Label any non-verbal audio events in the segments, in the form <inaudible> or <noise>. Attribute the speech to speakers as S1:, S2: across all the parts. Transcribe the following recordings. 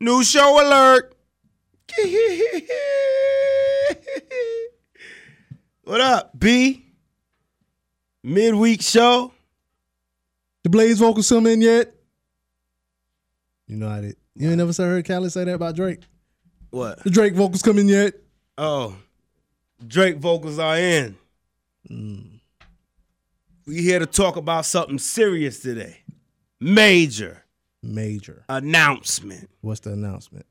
S1: New show alert. <laughs> what up, B? Midweek show.
S2: The Blaze vocal still in yet? You know I did. You ain't never heard Khaled say that about Drake.
S1: What?
S2: The Drake vocals come in yet?
S1: Oh, Drake vocals are in.
S2: Mm,
S1: We here to talk about something serious today. Major
S2: Major.
S1: announcement.
S2: What's the announcement?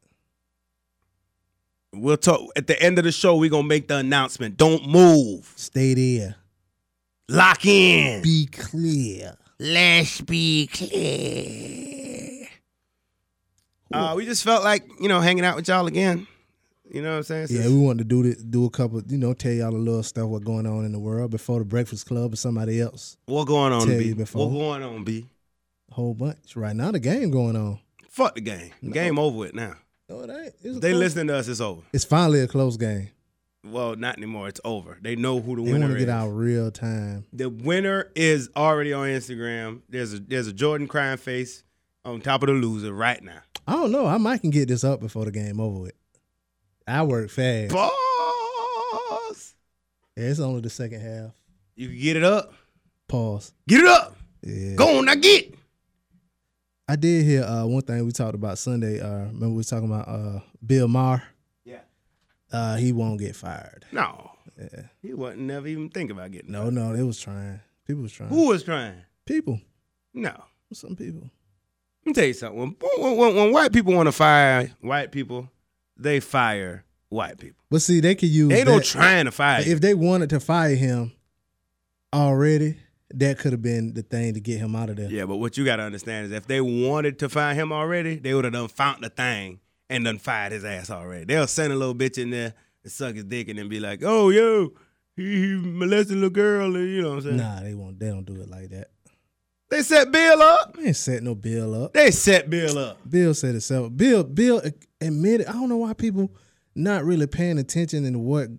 S1: We'll talk at the end of the show. We're gonna make the announcement. Don't move.
S2: Stay there.
S1: Lock in.
S2: Be clear.
S1: Let's be clear. Uh, we just felt like, you know, hanging out with y'all again. You know what I'm saying?
S2: Yeah, we wanted to do this, do a couple, you know, tell y'all a little stuff what's going on in the world before the Breakfast Club or somebody else.
S1: what going on,
S2: Tell
S1: B?
S2: you before.
S1: What going on, B?
S2: A whole bunch. Right now the game going on.
S1: Fuck the game. The game over with now.
S2: No, it ain't. It's a
S1: If they
S2: close-
S1: listen to us, it's over.
S2: It's finally a close game.
S1: Well, not anymore. It's over. They know who the
S2: They
S1: winner
S2: want to
S1: is.
S2: get out real time.
S1: The winner is already on Instagram. There's a there's a Jordan crying face on top of the loser right now.
S2: I don't know. I might can get this up before the game over with. I work fast.
S1: Boss,
S2: Yeah, it's only the second half.
S1: you can get it up.
S2: Pause.
S1: Get it up.
S2: Yeah.
S1: Go on, now get.
S2: I did hear uh, one thing we talked about Sunday. Uh, remember we was talking about uh, Bill Maher.
S1: Yeah.
S2: Uh, he won't get fired.
S1: No,
S2: Yeah.
S1: he wasn't never even thinking about getting.
S2: No, no, they was trying. People was trying.
S1: Who was trying?
S2: People.
S1: No.
S2: Some people.
S1: Let me tell you something. When, when, when, when white people want to fire white people, they fire white people.
S2: But see, they could use.
S1: They
S2: that.
S1: don't trying to fire. you.
S2: If they wanted to fire him already, that could have been the thing to get him out of there.
S1: Yeah, but what you gotta understand is if they wanted to find him already, they would have done found the thing and done fired his ass already. They'll send a little bitch in there and suck his dick and then be like, "Oh, yo, he, he molested a little girl," and you know what I'm saying?
S2: Nah, they won't. They don't do it like that.
S1: They set Bill up.
S2: They ain't set no bill up.
S1: They set Bill up.
S2: Bill said itself. Bill, Bill admitted. I don't know why people not really paying attention to what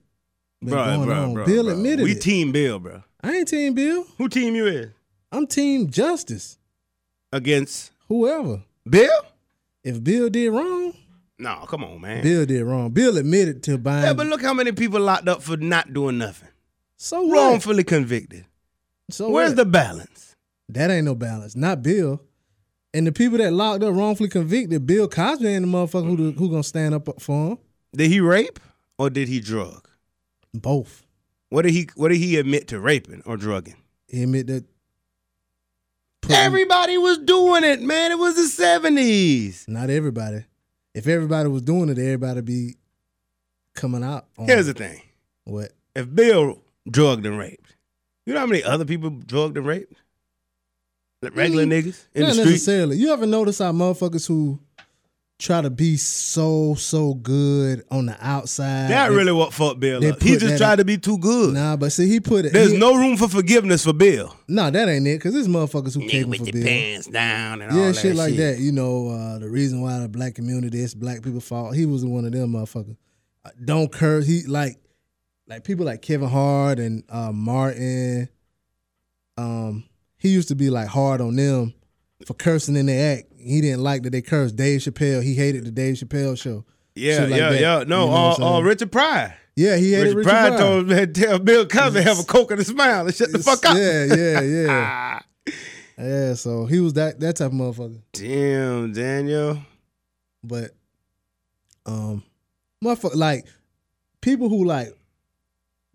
S2: been
S1: Bruh,
S2: going
S1: bruh,
S2: on.
S1: bruh,
S2: Bill
S1: bruh.
S2: admitted
S1: We
S2: it.
S1: team Bill, bro.
S2: I ain't team Bill.
S1: Who team you is
S2: I'm team justice.
S1: against
S2: Whoever.
S1: Bill?
S2: If Bill did wrong,
S1: No, come on, man.
S2: Bill did wrong. Bill admitted to buying.
S1: Yeah, but look how many people locked up for not doing nothing,
S2: so what?
S1: wrongfully convicted.
S2: So
S1: Where's
S2: what?
S1: the balance?
S2: That ain't no balance. Not Bill. And the people that locked up wrongfully convicted, Bill Cosby ain't the motherfucker who, who gonna stand up for him.
S1: Did he rape or did he drug?
S2: Both.
S1: What did he What did he admit to raping or drugging?
S2: He admit that. putting-
S1: Everybody was doing it, man. It was the seventies.
S2: Not everybody. If everybody was doing it, everybody be coming out. On
S1: Here's the thing:
S2: what?
S1: if Bill drugged and raped, you know how many other people drugged and raped? The Regular niggas in the
S2: Mm-hmm. Not
S1: street.
S2: necessarily. You ever notice how motherfuckers who try to be so so good on the outside?
S1: That
S2: they-
S1: really what fucked Bill
S2: they
S1: up. He
S2: put
S1: just
S2: that
S1: tried
S2: out-
S1: to be too good.
S2: Nah, but see, he put it.
S1: There's
S2: he-
S1: no room for forgiveness for Bill.
S2: Nah, that ain't it. Cause this motherfuckers who
S1: Nigga
S2: came
S1: with
S2: for
S1: your
S2: Bill.
S1: pants down and all
S2: Yeah,
S1: that
S2: shit like that. You know, uh, the reason why the black community is black people fall. He was one of them motherfuckers. Uh, don't curse. He like, like people like Kevin Hart and uh, Martin. Um, he used to be like hard on them for cursing in their act. He didn't like that they cursed Dave Chappelle. He hated the Dave Chappelle show.
S1: Yeah,
S2: Shit like
S1: yeah,
S2: that.
S1: yeah. No,
S2: You know
S1: uh,
S2: what I'm
S1: uh,
S2: saying?
S1: Richard Pryor.
S2: Yeah, he hated
S1: Richard,
S2: Richard
S1: Pryor,
S2: Pryor.
S1: told him <laughs> to tell Bill Cosby have a coke and a smile and shut the fuck up. <laughs>
S2: Yeah, yeah, yeah,
S1: Ah.
S2: yeah. So he was that that type of motherfucker.
S1: Damn, Daniel.
S2: But um motherfucker like people who like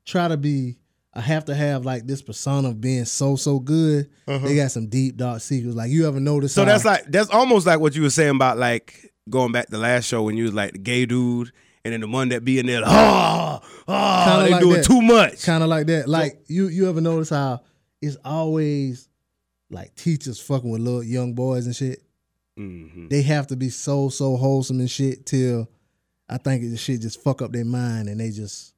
S2: try to be I have to have like this persona of being so so good. They got some deep dark secrets. Like you ever noticed?
S1: Uh-huh. So
S2: how-
S1: that's like that's almost like what you were saying about like going back to last show when you was like the gay dude and then the one that be in there, like, oh, oh,
S2: Kinda
S1: they
S2: like
S1: doing
S2: that.
S1: too much.
S2: kind of like that. Like you you ever notice how it's always like teachers fucking with little young boys and shit.
S1: Mhm.
S2: They have to be so so wholesome and shit till I think the shit just fuck up their mind and they just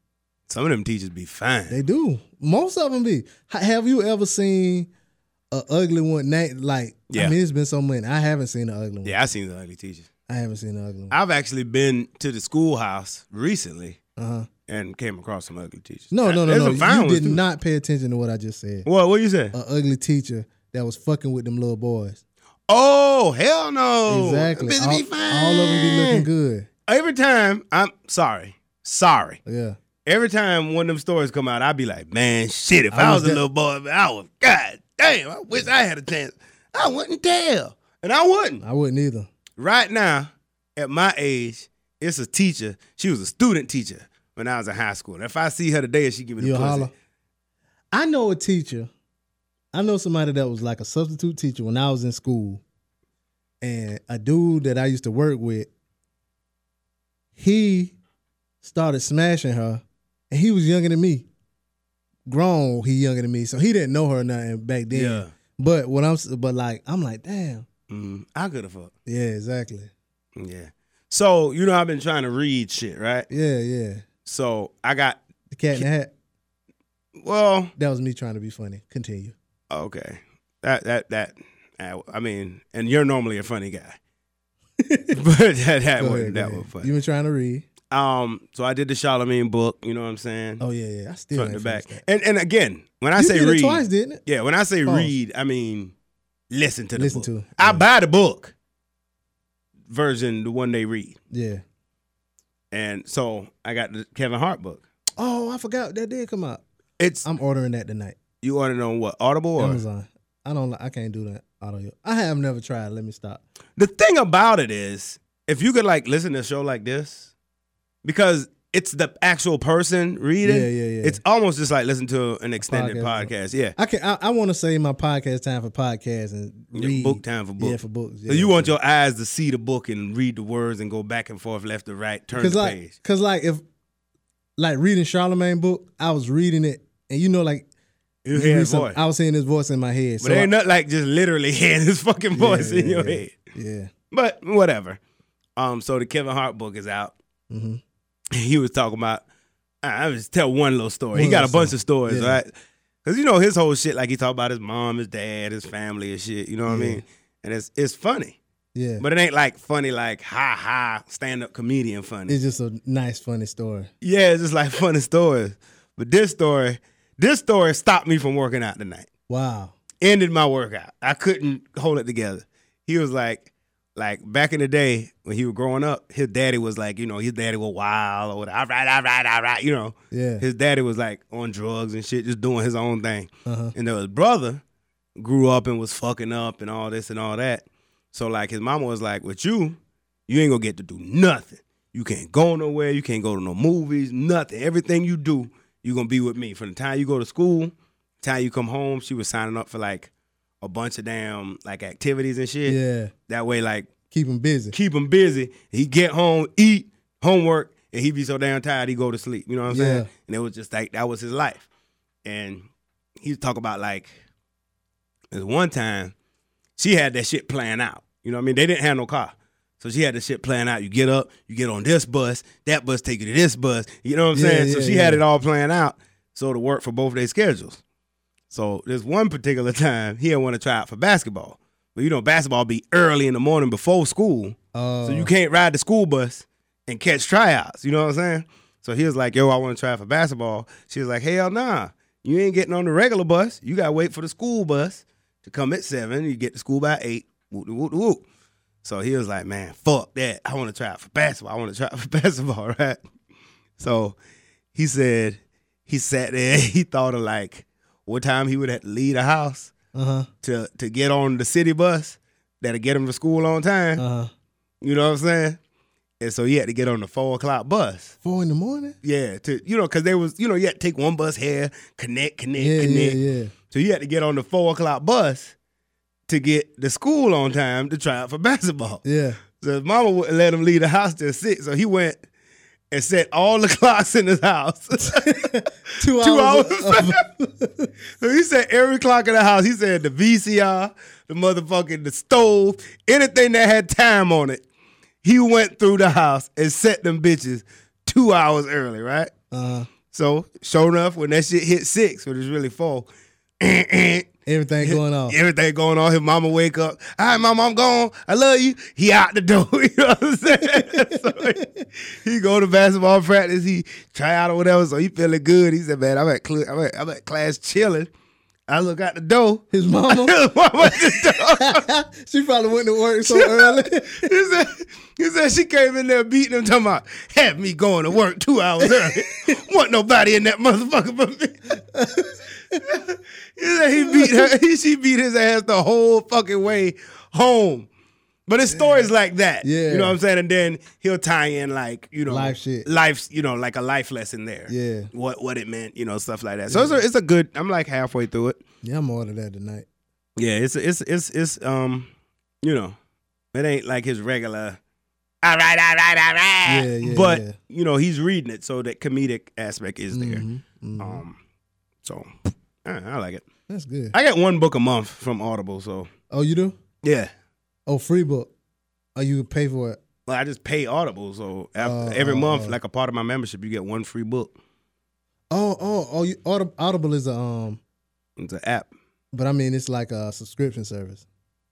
S1: Some of them teachers be fine.
S2: They do. Most of them be. H- Have you ever seen a ugly one? Na- like,
S1: Yeah.
S2: I mean, it's been so many. I haven't seen an ugly one.
S1: yeah, I seen the ugly teachers.
S2: I haven't seen an ugly one.
S1: I've actually been to the schoolhouse recently
S2: Uh-huh.
S1: and came across some ugly teachers.
S2: No, no, no,
S1: There's
S2: no.
S1: some fine
S2: You
S1: ones
S2: did
S1: too.
S2: not pay attention to what I just said.
S1: What? What you say?
S2: An ugly teacher that was fucking with them little boys.
S1: Oh hell no!
S2: Exactly.
S1: Bitch,
S2: All,
S1: be fine.
S2: all of them be looking good.
S1: Every time I'm sorry, sorry.
S2: Yeah.
S1: Every time one of them stories come out, I be like, man, shit. If
S2: I
S1: I,
S2: was
S1: was,
S2: that-
S1: a little boy, I was. God damn, I wish I had a chance. I wouldn't tell, and I wouldn't.
S2: I wouldn't either.
S1: Right now, at my age, it's a teacher. She was a student teacher when I was in high school. If I see her today, and she give me the
S2: You'll
S1: pussy.
S2: holler. I know a teacher. I know somebody that was like a substitute teacher when I was in school. And a dude that I used to work with, he started smashing her. And he was younger than me. Grown, he younger than me. So he didn't know her or nothing back then.
S1: Yeah.
S2: But what I'm s- but like I'm like, damn.
S1: Mm, I could have fucked.
S2: Yeah, exactly.
S1: Yeah. So you know I've been trying to read shit, right?
S2: Yeah, yeah.
S1: So I got
S2: The cat in the hat.
S1: well,
S2: That was me trying to be funny. Continue.
S1: okay. That that that. I I mean, and you're normally a funny
S2: <laughs>
S1: guy, but that that
S2: Go
S1: was
S2: ahead,
S1: that
S2: go
S1: was
S2: ahead.
S1: funny.
S2: You been trying to read?
S1: Um, so I did the Charlemagne book. You know what I'm saying?
S2: Oh yeah, yeah. I still
S1: Front to
S2: ain't
S1: back.
S2: finished that.
S1: And and again, when I say
S2: you did
S1: read,
S2: it twice, didn't it?
S1: yeah, when I say
S2: Pause.
S1: read, I mean listen to the
S2: Listen
S1: book.
S2: to it,
S1: I
S2: yeah.
S1: buy the book version, the one they read,
S2: Yeah.
S1: and so I got the Kevin Hart book.
S2: Oh, I forgot that did come out.
S1: It's
S2: I'm ordering that tonight.
S1: you ordered on what Audible or
S2: Um, Amazon. I don't. li- I can't do that audio. I have never tried. Let me stop.
S1: the thing about it is if you could like listen to a show like this because it's the actual person reading
S2: Yeah, yeah, yeah.
S1: it's almost just like listen to an extended
S2: podcast.
S1: podcast, yeah
S2: I can. I, I want to save my podcast time for podcasts and
S1: Yeah,
S2: read.
S1: book time for book
S2: Yeah, for books.
S1: so you want your eyes to see the book and read the words and go back and forth left to right turn the
S2: because like
S1: page
S2: because like if like reading Charlemagne book, I was reading it and you know like
S1: you
S2: you
S1: hear
S2: read
S1: his
S2: some-
S1: voice
S2: I was hearing his voice in my head.
S1: but
S2: so
S1: it ain't
S2: I-
S1: nothing like just literally <laughs> hearing his fucking voice
S2: yeah,
S1: in your
S2: yeah.
S1: head
S2: yeah.
S1: but whatever um so the kevin hart book is out
S2: Mm-hmm.
S1: <laughs> he was talking about. I I'll just tell one little story. he
S2: One
S1: got a
S2: little
S1: bunch of stories,
S2: Yeah.
S1: right? Because you know his whole shit, like he talked about his mom, his dad, his family, and shit. You know what I
S2: Yeah.
S1: mean? And it's it's funny,
S2: Yeah.
S1: but it ain't like funny like ha ha stand up comedian funny.
S2: it's just a nice, funny story.
S1: yeah, it's just like <laughs> funny stories. But this story, this story stopped me from working out tonight.
S2: Wow.
S1: Ended my workout. I couldn't hold it together. He was like, like back in the day when he was growing up, his daddy was like, you know, his daddy was wild or whatever. All right, all right, all right, you know.
S2: Yeah.
S1: His daddy was like on drugs and shit, just doing his own thing.
S2: Uh-huh.
S1: And then his brother grew up and was fucking up and all this and all that. So like his mama was like, "With you, you ain't gonna get to do nothing. You can't go nowhere. You can't go to no movies. Nothing. Everything you do, you gonna be with me. From the time you go to school, time you come home, she was signing up for like a bunch of damn like activities and shit.
S2: Yeah.
S1: That way, like
S2: Keep him busy.
S1: keep him busy. He get home, eat, homework, and he be so damn tired he go to sleep. You know what I'm saying?
S2: Yeah.
S1: And it was just like that was his life. And he talk about like this one time she had that shit planned out. You know what I mean? They didn't have no car. So she had the shit planned out. You get up, you get on this bus, that bus take you to this bus. You know what I'm
S2: Yeah,
S1: saying? so
S2: yeah,
S1: she had
S2: yeah.
S1: it all planned out. So to work for both of their schedules. So this one particular <laughs> time, he didn't want to try out for basketball. But you know, basketball be early in the morning before school.
S2: Uh,
S1: So you can't ride the school bus and catch tryouts. You know what I'm saying? So he was like, yo, I want to try for basketball. She was like, hell nah. You ain't getting on the regular bus. You gotta wait for the school bus to come at seven. You get to school by eight. Whoop de whoop de whoop. So he was like, man, fuck that. I want to try out for basketball. I want to try out for <laughs> basketball, right? So he said he sat there. <laughs> He thought of like what time he would have to leave the house
S2: uh-huh.
S1: to to get on the city bus that'll get him to school on time.
S2: Uh-huh.
S1: You know what I'm saying? And so he had to get on the four o'clock bus.
S2: Four in the morning?
S1: Yeah, to you know, cause they was you know you had to take one bus here, connect, connect,
S2: Yeah, yeah,
S1: connect.
S2: yeah.
S1: So you had to get on the four o'clock bus to get the school on time to try out for <laughs> basketball.
S2: Yeah.
S1: So his mama wouldn't let him leave the house till six. So he went and set all the <laughs> clocks in his house. <laughs>
S2: Two,
S1: Two
S2: hours.
S1: hours. <laughs>
S2: <laughs>
S1: so <laughs> he said every clock in the house. He said the VCR, the motherfucking the stove, anything that had time on it. He went through the house and set them bitches two hours early, right?
S2: uh,
S1: So sure enough, when that shit hit six, when it's really four, <clears throat>
S2: everything going on.
S1: everything going on. His mama wake up. All right, mama, I'm gone. I love you. He out the door. <laughs> you know what I'm saying? <laughs> so he, he go to basketball practice. He try out or whatever. So he feeling good. He said, "Man, I'm at cl- I'm at, I'm at class chilling. I look out the door. <laughs>
S2: His mama, <laughs>
S1: Mama at the door.
S2: she probably went to work so early.
S1: he said, he said she came in there beating him, talking about, had me going to work two hours early. <laughs> Want nobody in that motherfucker but me. <laughs> he said he beat her, <laughs> he, she beat his ass the whole fucking way home. But it's stories like that.
S2: Yeah.
S1: You know what I'm saying? And then he'll tie in like, you know,
S2: Life shit.
S1: Life's, you know, like a life lesson there.
S2: Yeah.
S1: What what it meant, you know, stuff like that. So it's a it's a good I'm like halfway through it.
S2: <laughs> yeah, I'm gonna order that tonight.
S1: Yeah, it's it's it's it's um, you know, it ain't like his regular. All right, all right, all right.
S2: Yeah, yeah,
S1: but
S2: yeah.
S1: you know he's reading it, so that comedic aspect is there.
S2: Mhm, mhm.
S1: Um, so I, I like it.
S2: That's good.
S1: I get one book a month from Audible, so
S2: Oh, you do?
S1: yeah.
S2: Oh, free book. Oh, you pay for it.
S1: Well, I just pay Audible, so
S2: Oh,
S1: after, every
S2: oh,
S1: month,
S2: oh.
S1: like a part of my membership, you get one free book.
S2: Oh, oh, oh. You, Audib- Audible is a um,
S1: It's an app.
S2: but I mean, it's like a subscription service.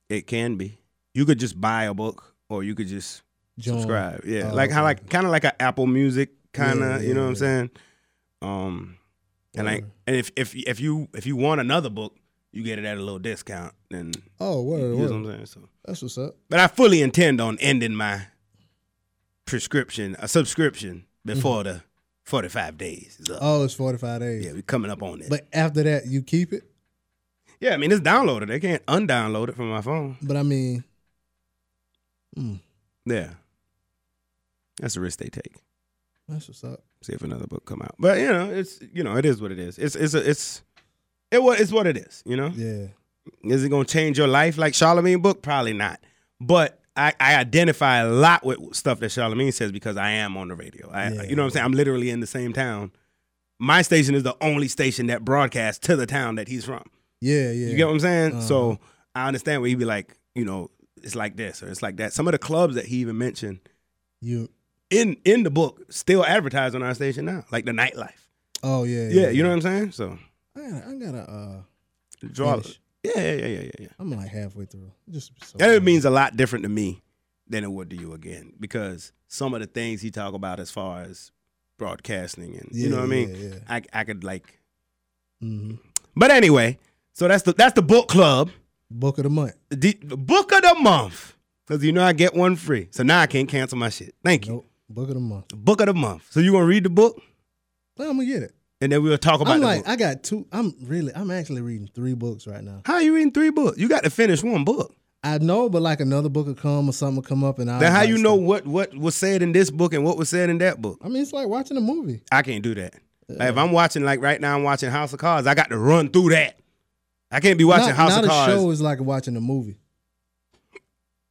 S1: It can be. You could just buy a book, or you could just
S2: Join.
S1: subscribe. Yeah,
S2: Oh,
S1: like how
S2: okay.
S1: like kind of like an Apple Music kind
S2: Yeah,
S1: of. you know
S2: yeah,
S1: what I'm
S2: yeah.
S1: saying? Um, and like
S2: Word.
S1: and if if if you if you want another book, you get it at a little discount. And
S2: Oh,
S1: you
S2: word,
S1: know what I'm
S2: word.
S1: saying. So,
S2: That's what's up.
S1: but I fully intend on ending my prescription, a subscription before
S2: Mm-hmm.
S1: the 45 days is up.
S2: Oh, it's forty five days.
S1: Yeah, we're coming up on it.
S2: But after that, you keep it.
S1: yeah, I mean it's downloaded. They can't undownload it from my phone.
S2: But I mean,
S1: Yeah, that's the risk they take.
S2: that's what's up.
S1: see if another book come out. But you know, it's you know, it is what it is. It's it's a, it's it what it's what it is. You know,
S2: Yeah.
S1: is it gonna change your life like Charlemagne book? Probably not. But I, I identify a lot with stuff that Charlemagne says because I am on the radio. I,
S2: Yeah.
S1: You know what I'm saying? I'm literally in the same town. My station is the only station that broadcasts to the town that he's from.
S2: Yeah, yeah. Uh-huh.
S1: You get what I'm saying? So I understand where he'd be like, you know, it's like this or it's like that. Some of the clubs that he even mentioned
S2: You-
S1: in in the book still advertise on our station now, like the nightlife.
S2: Oh yeah.
S1: Yeah, you know what I'm saying? So
S2: I gotta, I gotta. Uh,
S1: draw.
S2: Finish.
S1: Yeah, yeah, yeah, yeah, yeah, yeah.
S2: I'm like halfway through. Just so
S1: That it means a lot different to me than it would to you again because some of the things he talk about as far as broadcasting and you know what I mean.
S2: Yeah. yeah.
S1: I I could like,
S2: Mhm.
S1: but anyway. So that's the that's the book club,
S2: Book of the month.
S1: the, the book of the month. Cause you know I get one free, so now I can't cancel my shit. Thank you.
S2: Nope. Book of the month.
S1: The book of the month. So you gonna read the book,
S2: Well, I'm gonna get it.
S1: and then we'll talk about
S2: I'm
S1: the
S2: like,
S1: book.
S2: I got two. I'm really, I'm actually reading three books right now.
S1: How you reading three books? You got to finish one book.
S2: I know, but like another book will come or something will come up, and I.
S1: Then how
S2: like
S1: you know
S2: stuff.
S1: what what was said in this book and what was said in that book?
S2: I mean, it's like watching a movie.
S1: I can't do that. Like if I'm watching, like right now, I'm watching House of Cards. I got to run through that. I can't be watching
S2: not,
S1: House
S2: not
S1: of Cards.
S2: a show is like watching a movie.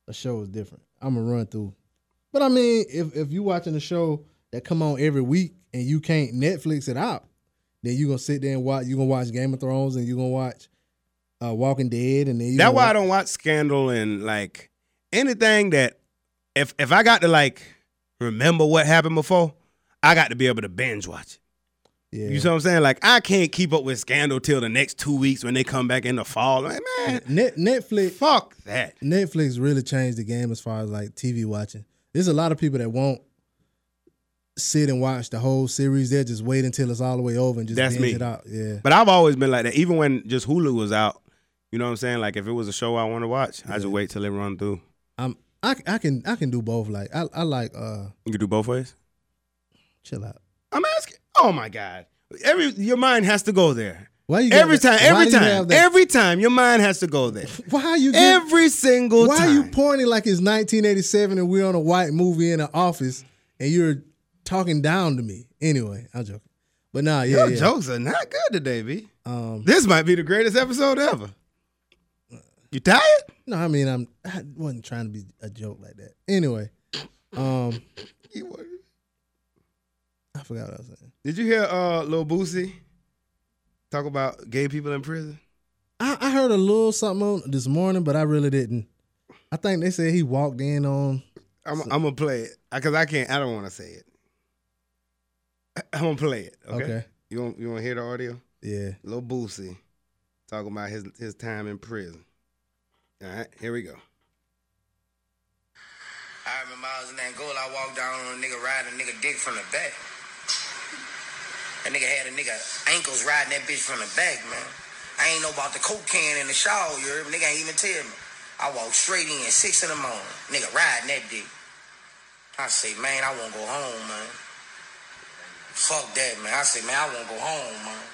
S2: A show is different. I'm gonna run through, but I mean, if if you watching a show that come on every week and you can't Netflix it out, then you gonna sit there and watch. You gonna watch Game of Thrones and you gonna watch uh, Walking Dead, and then you
S1: That's
S2: gonna
S1: why I
S2: watch-
S1: don't watch Scandal and like anything that if if I got to like remember what happened before, I got to be able to binge watch it.
S2: Yeah.
S1: You see what I'm saying? Like I can't keep up with Scandal till the next two weeks when they come back in the fall. Like man,
S2: Net, Netflix
S1: fuck that.
S2: Netflix really changed the game as far as like TV watching. There's a lot of people that won't sit and watch the whole series. They'll just wait until it's all the way over and just
S1: That's
S2: binge
S1: me.
S2: it out. Yeah.
S1: But I've always been like that. Even when just Hulu was out, you know what I'm saying? Like if it was a show I want to watch, I just wait till it run through.
S2: I'm I, I can I can do both. Like I, I like uh
S1: You can do both ways.
S2: chill out.
S1: I'm asking. Oh my God! Every your mind has to go there.
S2: Why you got
S1: Every time,
S2: that- why
S1: every
S2: do you have
S1: time,
S2: that-
S1: every time, your mind has to go there.
S2: why <laughs> you get-
S1: Every single
S2: why
S1: time.
S2: you pointing like it's 1987 and we're on a white movie in an office and you're talking down to me? Anyway, I'm joking. But nah, yeah,
S1: Your
S2: yeah.
S1: jokes are not good today, B.
S2: Um,
S1: This might be the greatest episode ever. You tired?
S2: no, I mean I'm I wasn't trying to be a joke like that. Anyway, um,
S1: You-
S2: I forgot what I was saying.
S1: Did you hear uh, Lil Boosie talk about gay people in prison?
S2: I, I heard a little something on this morning, but I really didn't. I think they said he walked in on.
S1: I'm, I'm gonna play it because I can't. I don't want to say it. I'm gonna play it. <clears throat> Okay.
S2: Okay.
S1: You want you want to hear the audio?
S2: Yeah.
S1: Lil Boosie talking about his his time in prison. All right, here we go.
S3: I remember I was in Angola, I walked down on a nigga riding a nigga dick from the back. That nigga had a nigga ankles riding that bitch from the back, man. I ain't know about the coke can in the shower, you heard me? Nigga ain't even tell me. I walked straight in, six in the morning. Nigga riding that dick. I say, man, I wanna go home, man. Fuck that, man. I say, man, I wanna go home, man.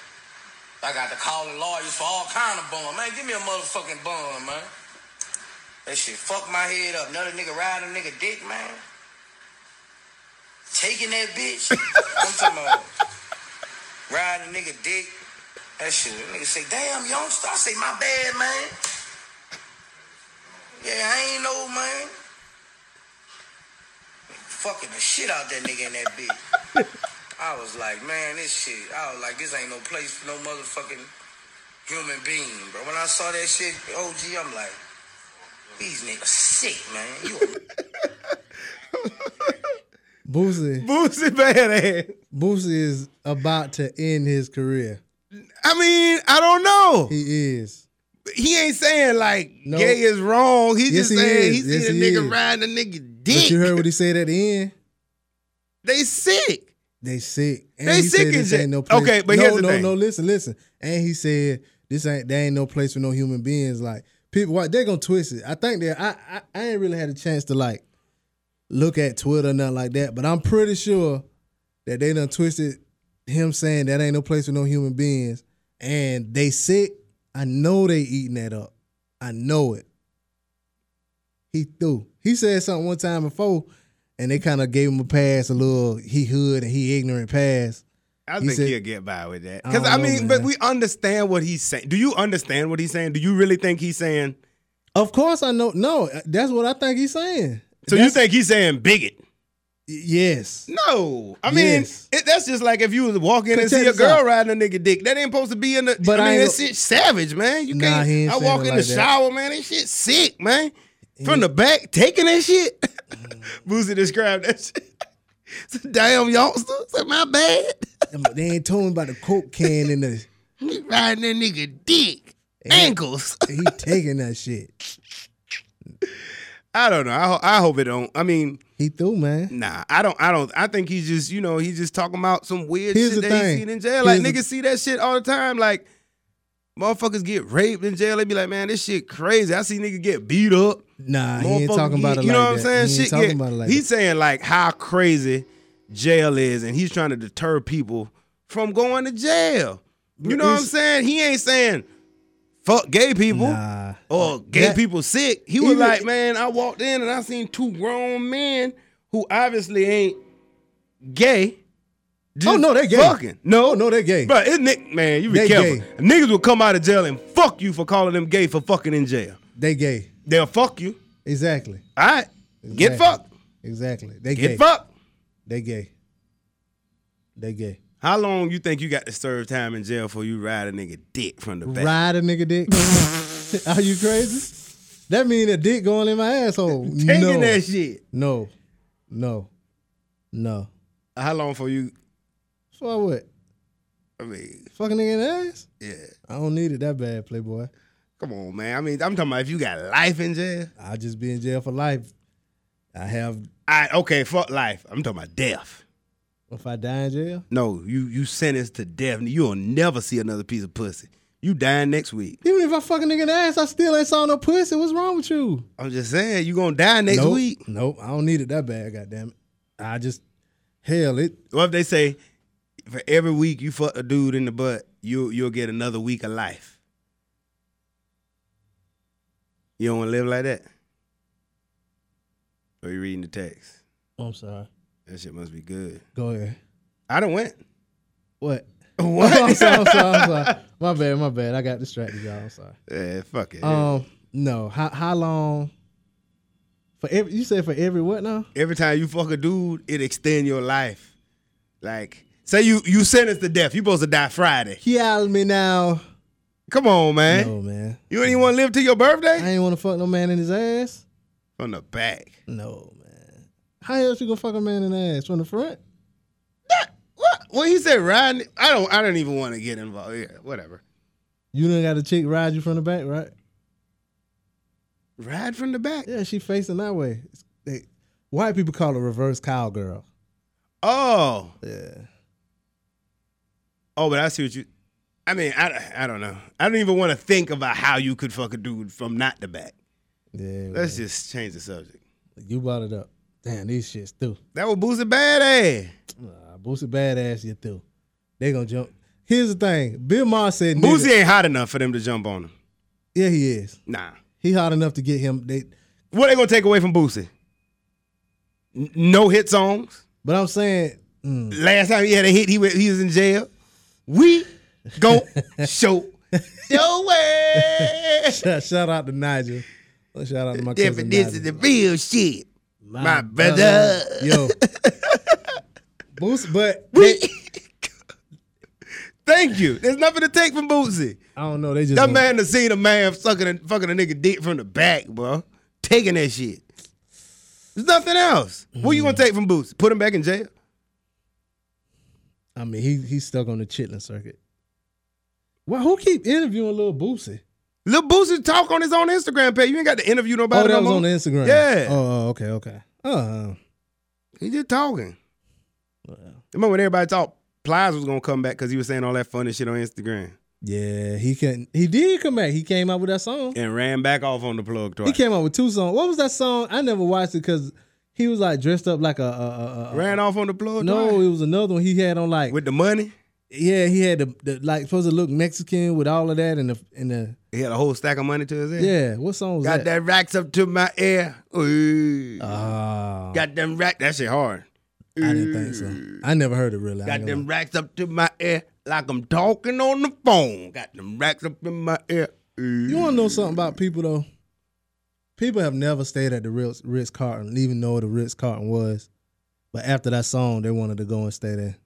S3: I got to call the lawyers for all kind of bun. Man, give me a motherfucking bun, man. That shit fuck my head up. Another nigga riding a nigga dick, man. Taking that bitch. I'm talking about riding a nigga dick. That shit. Nigga say, damn, youngster. I say, my bad, man. Yeah, I ain't no man. Fucking the shit out that nigga in that bitch. I was like, man, this shit. I was like, this ain't no place for no motherfucking human being, bro. When I saw that shit, OG, I'm like, these niggas sick, man. You a
S2: Boosie,
S1: Boosie badass.
S2: Boosie is about to end his career.
S1: I mean, I don't know.
S2: He is.
S1: He ain't saying like
S2: No.
S1: gay is wrong. He just
S2: he
S1: saying
S2: is.
S1: he
S2: Yes,
S1: seen
S2: he
S1: a nigga
S2: is.
S1: riding a nigga
S2: But you heard
S1: dick.
S2: what he said at the end.
S1: They sick.
S2: They sick. And
S1: They
S2: he said
S1: sick
S2: this
S1: as shit.
S2: ain't no place.
S1: Okay, but
S2: no,
S1: here's the
S2: no,
S1: thing.
S2: no. Listen, listen. And he said this ain't there ain't no place for no human beings. Like people, why they gonna twist it? I think that I, I I ain't really had a chance to like look at Twitter or nothing like that. But I'm pretty sure that they done twisted him saying that ain't no place for no human beings. And they sick. I know they eating that up. I know it. He threw. He said something one time before, and they kind of gave him a pass, a little he hood and he ignorant pass.
S1: I
S2: He
S1: think
S2: said-
S1: he'll get by with that.
S2: I
S1: Because
S2: don't
S1: I,
S2: know,
S1: mean, but
S2: man.
S1: we understand what he's saying. Do you understand what he's saying? Do you really think he's saying?
S2: Of course, I know. No, that's what I think he's saying.
S1: So you
S2: That's-
S1: think he's saying bigot?
S2: yes?
S1: No, I mean
S2: Yes.
S1: it, that's just like if you was walking and
S2: But
S1: see
S2: check
S1: a
S2: this
S1: girl
S2: out.
S1: riding a nigga dick. That ain't supposed to be in the.
S2: But
S1: I
S2: I
S1: mean,
S2: ain't
S1: that
S2: go-
S1: shit savage, man. You
S2: Nah,
S1: can't.
S2: he ain't
S1: I
S2: saying
S1: walk
S2: it
S1: in the
S2: like that.
S1: shower, man. That shit sick, man. From the back, taking that shit. <laughs>
S2: Mm.
S1: Boosie described that shit. <laughs> Said, Damn, youngster. Said, my bad. <laughs>
S2: But they ain't told him about the coke can and the
S1: He riding that nigga dick. Ankles. <laughs>
S2: he taking that shit.
S1: I don't know. I, ho- I hope it don't. I mean,
S2: He threw man.
S1: Nah, I don't. I don't. I think he's just, you know, he's just talking about some weird
S2: Here's
S1: shit
S2: the
S1: that
S2: thing.
S1: he seen in jail.
S2: Here's
S1: like
S2: the-
S1: niggas see that shit all the time. Like motherfuckers get raped in jail. They be like, man, this shit crazy. I see niggas get beat up.
S2: Nah, he ain't
S1: Motherfucker
S2: talking about
S1: get-
S2: it. Like
S1: You know what I'm
S2: that.
S1: saying?
S2: He ain't
S1: shit.
S2: talking
S1: get-
S2: about it like
S1: he's saying like how crazy jail is, and he's trying to deter people from going to jail. You
S2: But
S1: know what I'm
S2: it's-
S1: saying? He ain't saying fuck gay
S2: that.
S1: people
S2: Nah.
S1: or gay
S2: That-
S1: people sick. He was
S2: Even-
S1: like, Uh, man, I walked in and I seen two grown men who obviously ain't gay.
S2: Oh
S1: just
S2: no, they gay.
S1: Fucking
S2: No, Oh, no, they gay.
S1: bro, it nick man, you be
S2: They
S1: careful.
S2: gay.
S1: Niggas will come out of jail and fuck you for calling them gay for fucking in jail.
S2: They gay.
S1: They'll fuck you.
S2: Exactly.
S1: All right,
S2: Exactly.
S1: get fucked.
S2: Exactly. They
S1: Get
S2: gay.
S1: fucked.
S2: They gay. They gay.
S1: How long you think you got to serve time in jail for you ride a nigga dick from the back?
S2: Ride a
S1: <laughs>
S2: nigga dick. Are you crazy? That mean a dick going in my asshole.
S1: Taking
S2: no.
S1: that shit.
S2: no. No. No.
S1: How long for you?
S2: For what?
S1: I mean,
S2: Fucking nigga in the ass?
S1: yeah.
S2: I don't need it that bad, Playboy.
S1: Come on, man. I mean, I'm talking about if you got life in jail.
S2: I'll just be in jail for life. I have
S1: I okay, fuck life. I'm talking about death.
S2: if I die in jail.
S1: No, you you sentenced to death. You'll never see another piece of pussy. You dying next week.
S2: Even if I fuck a nigga in the ass, I still ain't saw no pussy. What's wrong with you?
S1: I'm just saying, you gonna die next
S2: nope.
S1: week.
S2: Nope. I don't need it that bad, goddamn it. I just hell it.
S1: What if they say for every week you fuck a dude in the butt, you you'll get another week of life. You don't wanna live like that? Are you reading the text? Oh,
S2: I'm sorry.
S1: That shit must be good.
S2: Go ahead.
S1: I don't went. <laughs>
S2: What?
S1: What?
S2: <laughs> I'm sorry, I'm sorry,
S1: <laughs>
S2: I'm sorry. My bad, my bad. I got distracted, y'all. I'm sorry.
S1: yeah, fuck it.
S2: Um, no. How how long for every you said for every what now?
S1: every time you fuck a dude, it extend your life. Like, say you you sentenced to death, you supposed to die Friday.
S2: Kill me now.
S1: Come on, man.
S2: No, man.
S1: You ain't even want to live till your
S2: I
S1: birthday?
S2: ain't wanna fuck no man in his ass.
S1: From the back.
S2: No, man. How else you gonna fuck a man in the ass from the front?
S1: What? When he said riding, I don't. I don't even want to get involved. Yeah, whatever.
S2: You done got a chick ride you from the back, right?
S1: Ride from the back.
S2: Yeah, she facing that way. It's- They, white people call it reverse cowgirl.
S1: Oh,
S2: Yeah.
S1: oh, but I see what you. I mean, I, I don't know. I don't even want to think about how you could fuck a dude from not the back.
S2: Yeah,
S1: Let's just change the subject.
S2: you brought it up. Damn, these shits too.
S1: That was Boosie Badass.
S2: Nah, Boosie badass, you too. They gonna jump. Here's the thing. Bill Maher said, nigga-
S1: Boosie ain't hot enough for them to jump on him.
S2: Yeah, he is.
S1: Nah.
S2: He hot enough to get him. They,
S1: What they gonna take away from Boosie? N- no hit songs.
S2: but I'm saying, <laughs> mm,
S1: Last time he had a hit, he, wa- he was in jail. We
S2: <laughs>
S1: gon' show your way.
S2: shout, shout out to Nigel. Shout out to my
S1: If
S2: cousin
S1: this
S2: Nigel.
S1: is the real shit.
S2: my,
S1: brother. <laughs>
S2: Yo, Boosie, but
S1: We.
S2: they,
S1: Thank you. There's nothing to take from Boosie.
S2: I don't know. They just
S1: That
S2: gonna-
S1: man to seen a man sucking a, fucking a nigga dick from the back, bro. Taking that shit. There's nothing else. What you
S2: Mm-hmm.
S1: gonna take from Boots? Put him back in jail?
S2: I mean, he he's stuck on the chitlin circuit. Well, who keep interviewing little Boosie?
S1: Lil Boosie talk on his own Instagram page. You ain't got to interview nobody.
S2: Oh, that
S1: no
S2: was
S1: more.
S2: on the Instagram.
S1: Yeah.
S2: Oh, oh, okay, okay. Oh,
S1: He just talking.
S2: well,
S1: Remember when everybody thought Plies was gonna come back because he was saying all that funny shit on Instagram
S2: yeah. He can. He did come back. He came out with that song.
S1: and ran back off on the plug
S2: He
S1: twice.
S2: came out with two songs. What was that song? I never watched it because he was like dressed up like a. a, a, a
S1: Ran off on the plug
S2: No,
S1: twice
S2: it was another one he had on like.
S1: with the money.
S2: yeah, he had the, the like supposed to look Mexican with all of that and the and the
S1: He had a whole stack of money to his head.
S2: yeah. What song was
S1: Got that racks up to my ear. Ooh.
S2: Ah,
S1: Got them rack. That shit hard.
S2: I didn't think so. I never heard it really. I
S1: Got
S2: ain't
S1: them racks up to my ear like I'm talking on the phone. Got them racks up in my ear.
S2: You want to know something about people though? People have never stayed at the Ritz, Ritz Carlton, even know what the Ritz Carlton was. But after that song, they wanted to go and stay there.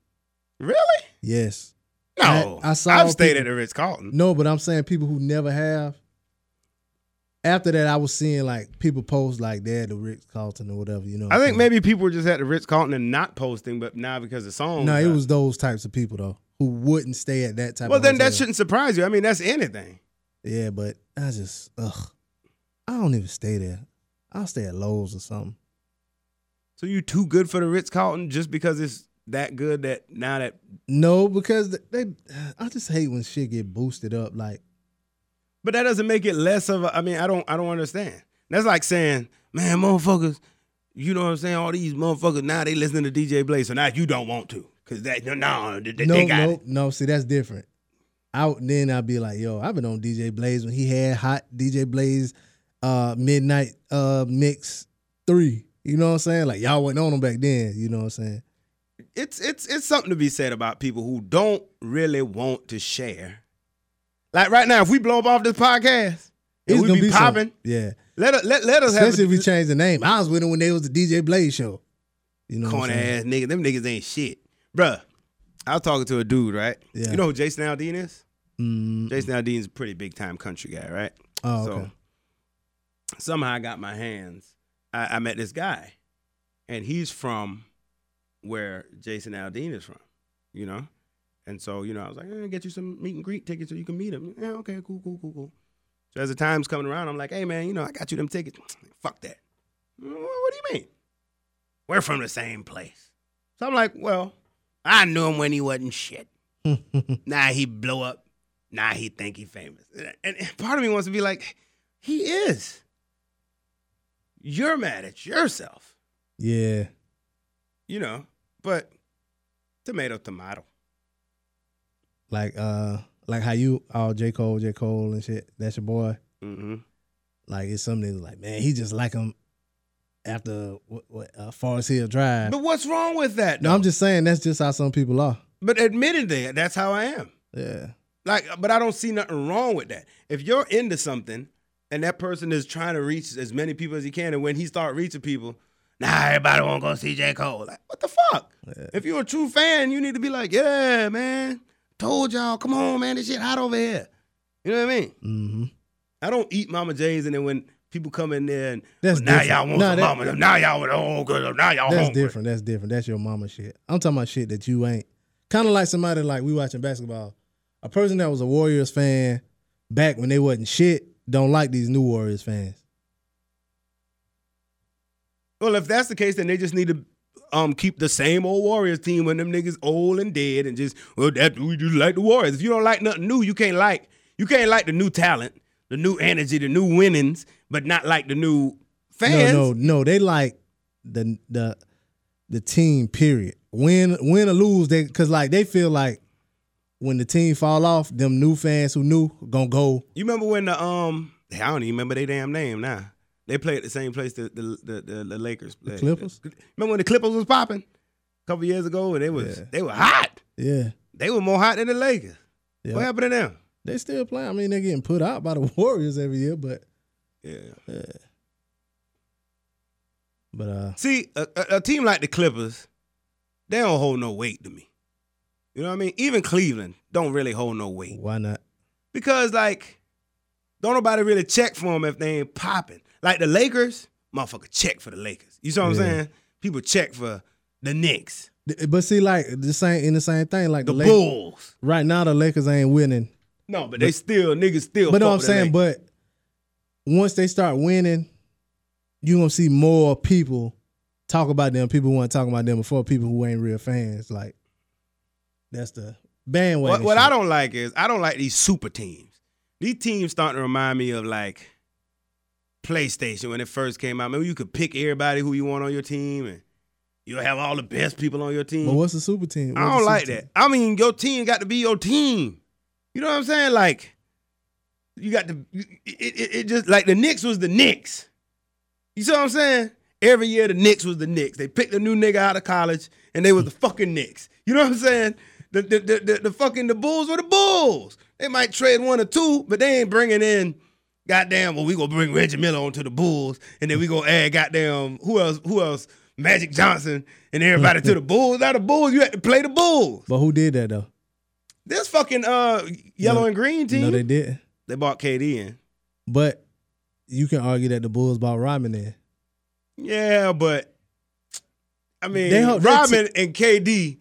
S1: Really?
S2: Yes.
S1: No.
S2: I- I saw
S1: I've stayed
S2: people-
S1: at the Ritz Carlton.
S2: No, but I'm saying people who never have. After that, I was seeing like people post like they're at the Ritz Carlton or whatever. You know. what
S1: I
S2: I'm
S1: think
S2: saying?
S1: maybe people were just at the Ritz Carlton and not posting, but now because the song.
S2: No, it
S1: out.
S2: was those types of people though who wouldn't stay at that type.
S1: Well,
S2: of
S1: then that
S2: hotel.
S1: shouldn't surprise you. I mean, that's anything.
S2: Yeah, but I just ugh. I don't even stay there. I'll stay at Lowe's or something.
S1: So you too good for the Ritz Carlton just because it's that good that now that.
S2: No, because th- they, I just hate when shit get boosted up. Like,
S1: But that doesn't make it less of. A, I mean, I don't. I don't understand. That's like saying, man, motherfuckers. You know what I'm saying? All these motherfuckers now they listening to DJ Blaze, so now you don't want to because that no, no, they, they
S2: no,
S1: got
S2: no,
S1: it.
S2: no. See, that's different. Out then I'd be like, yo, I've been on DJ Blaze when he had hot DJ Blaze, uh, midnight uh mix three. You know what I'm saying? Like y'all wasn't on him back then. You know what I'm saying?
S1: It's it's it's something to be said about people who don't really want to share. Like right now, if we blow up off this podcast, and we be,
S2: something.
S1: popping.
S2: Yeah,
S1: Let us let, let us have
S2: especially
S1: a,
S2: if we change the name. I was with him when they was the DJ Blaze show. You know, what
S1: <laughs>
S2: I'm
S1: corny
S2: saying?
S1: ass niggas. Them niggas ain't shit, bruh. I was talking to a dude, right?
S2: Yeah.
S1: You know who Jason Aldean is?
S2: Mm,
S1: Jason Aldean's a pretty big time country guy, right?
S2: oh,
S1: so
S2: okay.
S1: somehow I got my hands. I, I met this guy, and he's from where Jason Aldean is from, you know. And so you know, I was like, eh, get you some meet and greet tickets so you can meet him. Yeah, okay, cool, cool, cool, cool. So as the time's coming around, I'm like, hey man, you know, I got you them tickets. Fuck that. "Well, What do you mean? We're from the same place. So I'm like, well, I knew him when he wasn't shit. now he blow up. Now he think he famous. And and part of me wants to be like, he is. You're mad at yourself,
S2: <laughs> yeah,
S1: you know. But tomato, tomato.
S2: like uh, like how you all J Cole, J Cole and shit. That's your boy.
S1: Mm-hmm.
S2: Like it's some niggas like, man, he just like him after what, what uh, Forest Hill Drive.
S1: But what's wrong with that?
S2: no,
S1: though?
S2: I'm just saying that's just how some people are.
S1: but admittedly, that's how I am.
S2: Yeah,
S1: Like, but I don't see nothing wrong with that. If you're into something and that person is trying to reach as many people as he can, and when he start reaching people, nah, everybody won't go see J. Cole. Like, what the fuck? If you're a true fan, you need to be like, yeah, man, told y'all, come on, man, this shit hot over here. You know what I mean?
S2: hmm
S1: I don't eat Mama J's, and then when people come in there and
S2: That's
S1: "Well, now
S2: different.
S1: y'all want
S2: Nah,
S1: some
S2: that-
S1: Mama, now y'all want oh good, now y'all
S2: that's
S1: hungry.
S2: different. That's different. That's your mama shit. I'm talking about shit that you ain't. Kind of like somebody like we watching basketball. A person that was a Warriors fan back when they wasn't shit don't like these new Warriors fans.
S1: Well, if that's the case, then they just need to um keep the same old Warriors team when them niggas old and dead and just well that we just like the Warriors. If you don't like nothing new, you can't like you can't like the new talent, the new energy, the new winnings, but not like the new fans.
S2: No, no, no. They like the the the team. Period. Win, win or lose, they because like they feel like when the team fall off, them new fans who knew gonna go.
S1: You remember when the um I don't even remember their damn name now. They played the same place that the the, the, the Lakers played.
S2: Clippers?
S1: Remember when the Clippers was popping a couple years ago and they was
S2: Yeah.
S1: they were hot.
S2: Yeah,
S1: They were more hot than the Lakers.
S2: yeah.
S1: What happened to them?
S2: they still playing. I mean, they're getting put out by the <laughs> Warriors every year, but
S1: Yeah.
S2: but uh,
S1: See, a, a, a team like the Clippers, they don't hold no weight to me. You know what I mean? Even Cleveland don't really hold no weight
S2: why not?
S1: because like don't nobody really check for them if they ain't popping. Like the Lakers, motherfucker, check for the Lakers. You see what I'm
S2: Yeah.
S1: saying? People check for the Knicks,
S2: Th- But see, like the same in the same thing, like
S1: the
S2: the, Lakers,
S1: Bulls.
S2: right now the Lakers ain't winning.
S1: No, but they still niggas still.
S2: But no,
S1: fuck
S2: I'm
S1: with the
S2: saying,
S1: Lakers.
S2: but once they start winning, you gonna see more people talk about them. People want to talk about them before people who ain't real fans. Like that's the
S1: What,
S2: bandwagon.
S1: what I
S2: shit.
S1: don't like is I don't like these super teams. These teams starting to remind me of like PlayStation when it first came out. Remember you could pick everybody who you want on your team and you'll have all the best people on your
S2: But
S1: team.
S2: what's the super team?
S1: I
S2: What's the
S1: don't
S2: super
S1: like
S2: team?
S1: that. I mean, your team got to be your team. You know what I'm saying? Like you got to it, it, it just like the Knicks was the Knicks. You see what I'm saying? Every year the Knicks was the Knicks. They picked a new nigga out of college and they was the fucking Knicks. You know what I'm saying? The the, the, the, the fucking the Bulls were the Bulls. They might trade one or two, but they ain't bringing in goddamn. Well, we gonna bring Reggie Miller onto the Bulls, and then we gonna add goddamn who else? Who else? Magic Johnson and everybody to the Bulls. Now the Bulls, you had to play the Bulls.
S2: But who did that though?
S1: This fucking uh yellow
S2: No,
S1: and green team.
S2: No,
S1: they,
S2: they didn't.
S1: bought KD in.
S2: But you can argue that the Bulls bought Rodman in.
S1: Yeah, but I mean,
S2: They ho-
S1: Robin and KD,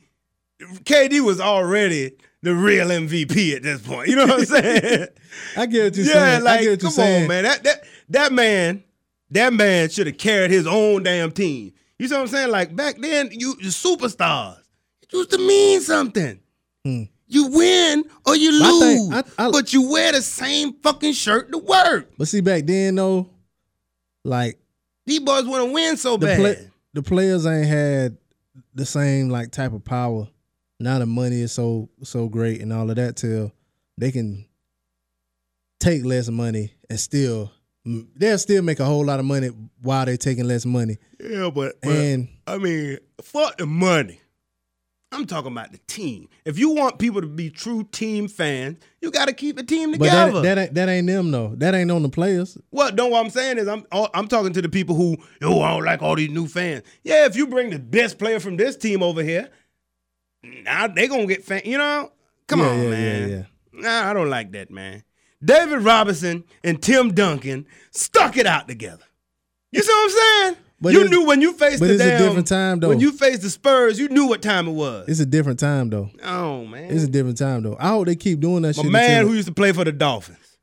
S1: KD was already the real MVP at this point. You know
S2: <laughs>
S1: what I'm saying?
S2: I get what you're
S1: yeah,
S2: saying. I
S1: like
S2: get what
S1: come
S2: you're saying.
S1: on, man. That that that man, that man should have carried his own damn team. You see what I'm saying? Like back then, you the superstars it used to mean something.
S2: Hmm.
S1: You win or you
S2: But I
S1: lose,
S2: think- I- I-
S1: but you wear the same fucking shirt to work.
S2: But see, back then though, like
S1: These boys want to win so
S2: the
S1: bad.
S2: pla- the players ain't had the same like type of power. Now the money is so so great and all of that till they can take less money and still they'll still make a whole lot of money while they're taking less money.
S1: yeah, but, but
S2: And
S1: I mean, fuck the money. I'm talking about the team. If you want people to be true team fans, you got to keep the team
S2: but
S1: together.
S2: that, that ain't that ain't them though. That ain't on the players.
S1: Well, no, what I'm saying is I'm all- I'm talking to the people who, oh, I don't like all these new fans. Yeah, if you bring the best player from this team over here, now they gonna get fan. You know, come
S2: Yeah,
S1: on,
S2: yeah, yeah,
S1: man. Nah, I don't like that, man. David Robinson and Tim Duncan stuck it out together. You see what I'm saying?
S2: But
S1: you
S2: it's-
S1: knew when you faced
S2: but
S1: the
S2: it's a
S1: damn-
S2: different time, though.
S1: When you faced the Spurs, you knew what time it was.
S2: It's a different time though.
S1: oh man,
S2: It's a different time though. I hope they keep doing that
S1: my
S2: shit.
S1: man
S2: until-
S1: who used to play for the Dolphins,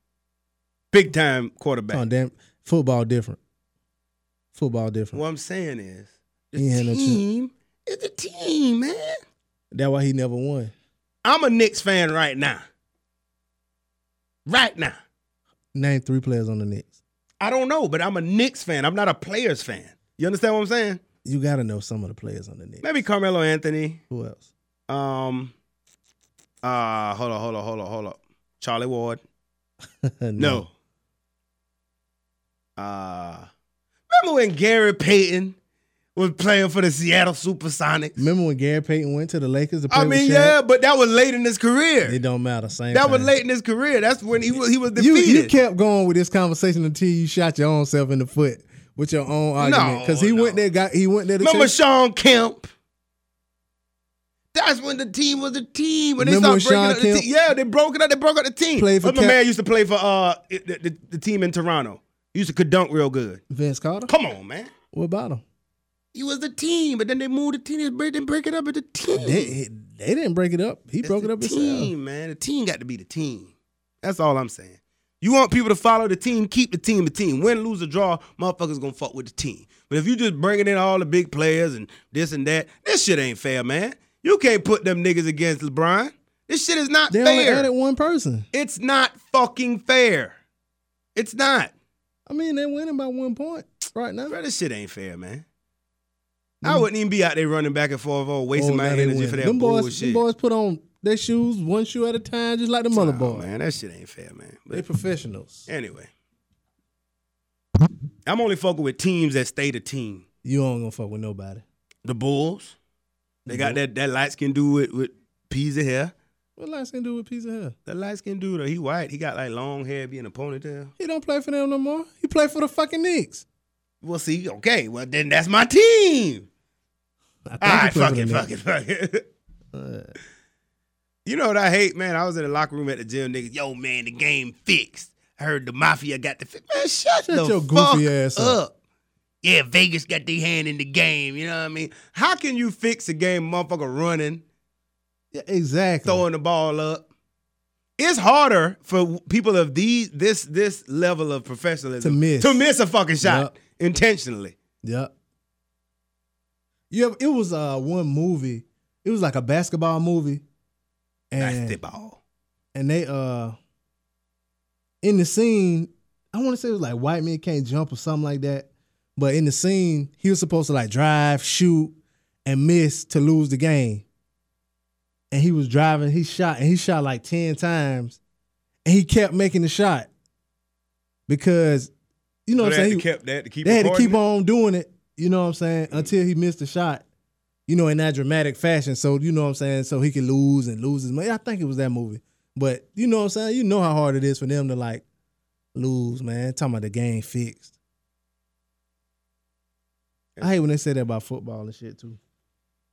S1: big time quarterback.
S2: oh, damn football different. Football different.
S1: What I'm saying is, the
S2: He ain't no chance.
S1: team is the team, man.
S2: That's why he never won.
S1: I'm a Knicks fan right now. Right now.
S2: Name three players on the Knicks.
S1: I don't know, but I'm a Knicks fan. I'm not a players fan. You understand what I'm saying?
S2: You gotta know some of the players on the Knicks.
S1: Maybe Carmelo Anthony.
S2: Who else? <laughs>
S1: Um, uh, hold on, hold on, hold on, hold up. Charlie Ward. No. Uh, remember when Gary Payton was playing for the Seattle Supersonics?
S2: Remember when Gary Payton went to the Lakers to play
S1: I mean,
S2: with Shaq?
S1: yeah, but that was late in his career.
S2: It don't matter. Same.
S1: That was
S2: thing.
S1: late in his career. That's when he was, he was
S2: You,
S1: defeated.
S2: you kept going with this conversation until you shot your own self in the foot with your own argument. Because he
S1: no.
S2: went there, got he went there to
S1: Remember
S2: chase-
S1: Sean Kemp? That's when the team was a team. When they
S2: Remember
S1: started breaking
S2: when
S1: up
S2: Sean
S1: the team. Yeah, they broke it up. They broke up the team.
S2: Played for
S1: But my
S2: Kemp.
S1: man used to play for uh the, the, the team in Toronto. He used to could dunk real good.
S2: Vince Carter.
S1: Come on, man.
S2: What about him?
S1: He was the team, but then they moved the team. They break, they break it up at the team.
S2: They, they didn't break it up. He
S1: It's
S2: broke
S1: the
S2: it up himself.
S1: team, man. The team got to be the team. That's all I'm saying. You want people to follow the team, keep the team the team. Win, lose, or draw, motherfuckers gonna fuck with the team. But if you just bringing in all the big players and this and that, this shit ain't fair, man. You can't put them niggas against LeBron. This shit is not
S2: They only
S1: fair.
S2: added one person.
S1: It's not fucking fair. It's not.
S2: I mean, they're winning by one point right now.
S1: Bro, this shit ain't fair, man. I wouldn't even be out there running back and forth or wasting
S2: Oh,
S1: my
S2: now they
S1: energy
S2: winning.
S1: for that
S2: them boys,
S1: bullshit.
S2: Them boys put on their shoes one shoe at a time, just like the mother
S1: Nah,
S2: boy.
S1: man, that shit ain't fair, man.
S2: They
S1: But
S2: professionals.
S1: anyway, I'm only fucking with teams that stay the team.
S2: You ain't gonna fuck with nobody.
S1: The Bulls, they got that that light skin dude with, with peas of hair.
S2: What lights can do with piece of hair?
S1: That light skin dude, though, he white. He got like long hair, being a ponytail.
S2: He don't play for them no more. He play for the fucking Knicks.
S1: Well, see, okay, well then that's my team.
S2: I think
S1: All
S2: he
S1: right,
S2: play for
S1: fuck
S2: the
S1: it,
S2: Knicks.
S1: fuck it, fuck it. <laughs> You know what I hate, man? I was in the locker room at the gym, niggas. Yo, man, the game fixed. I heard the mafia got the fix. Man, shut,
S2: Shut
S1: the
S2: your goofy
S1: fuck
S2: ass up.
S1: up. Yeah, Vegas got their hand in the game. You know what I mean? How can you fix a game, motherfucker, running,
S2: Yeah, exactly.
S1: throwing the ball up? It's harder for people of these this this level of professionalism
S2: To miss.
S1: to miss a fucking shot intentionally.
S2: Yep. Yeah, it was uh one movie. It was like a basketball movie, and
S1: That's the ball.
S2: and they uh in the scene, I want to say it was like white men can't jump or something like that. But in the scene, he was supposed to like drive, shoot, and miss to lose the game. And he was driving, he shot, and he shot like 10 times. And he kept making the shot. Because, you know what I'm saying? He-
S1: kept that to keep.
S2: they had to
S1: recording
S2: keep
S1: it?
S2: on doing it, you know what I'm saying, until he missed the shot, you know, in that dramatic fashion. So, you know what I'm saying, so he could lose and lose his money. I think it was that movie. But, you know what I'm saying, you know how hard it is for them to, like, lose, man. Talking about the game fixed. I hate when they say that about football and shit, too.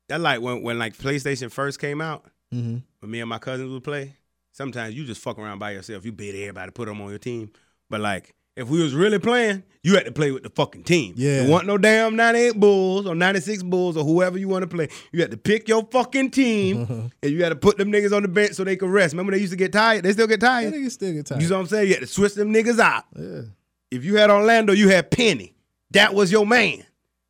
S1: That like when when like PlayStation first came out.
S2: <laughs> Mm-hmm.
S1: when me and my cousins would play, sometimes you just fuck around by yourself. You bid everybody, put them on your team. But like, if we was really playing, you had to play with the fucking team.
S2: Yeah.
S1: There wasn't no damn 98 Bulls or 96 Bulls or whoever you want to play. You had to pick your fucking
S2: <laughs>
S1: team and you had to put them niggas on the bench so they could rest. Remember they used to get tired? They still get
S2: That
S1: tired.
S2: nigga still get tired.
S1: You know what I'm saying? You had to switch them niggas out.
S2: yeah.
S1: If you had Orlando, you had Penny. That was your man.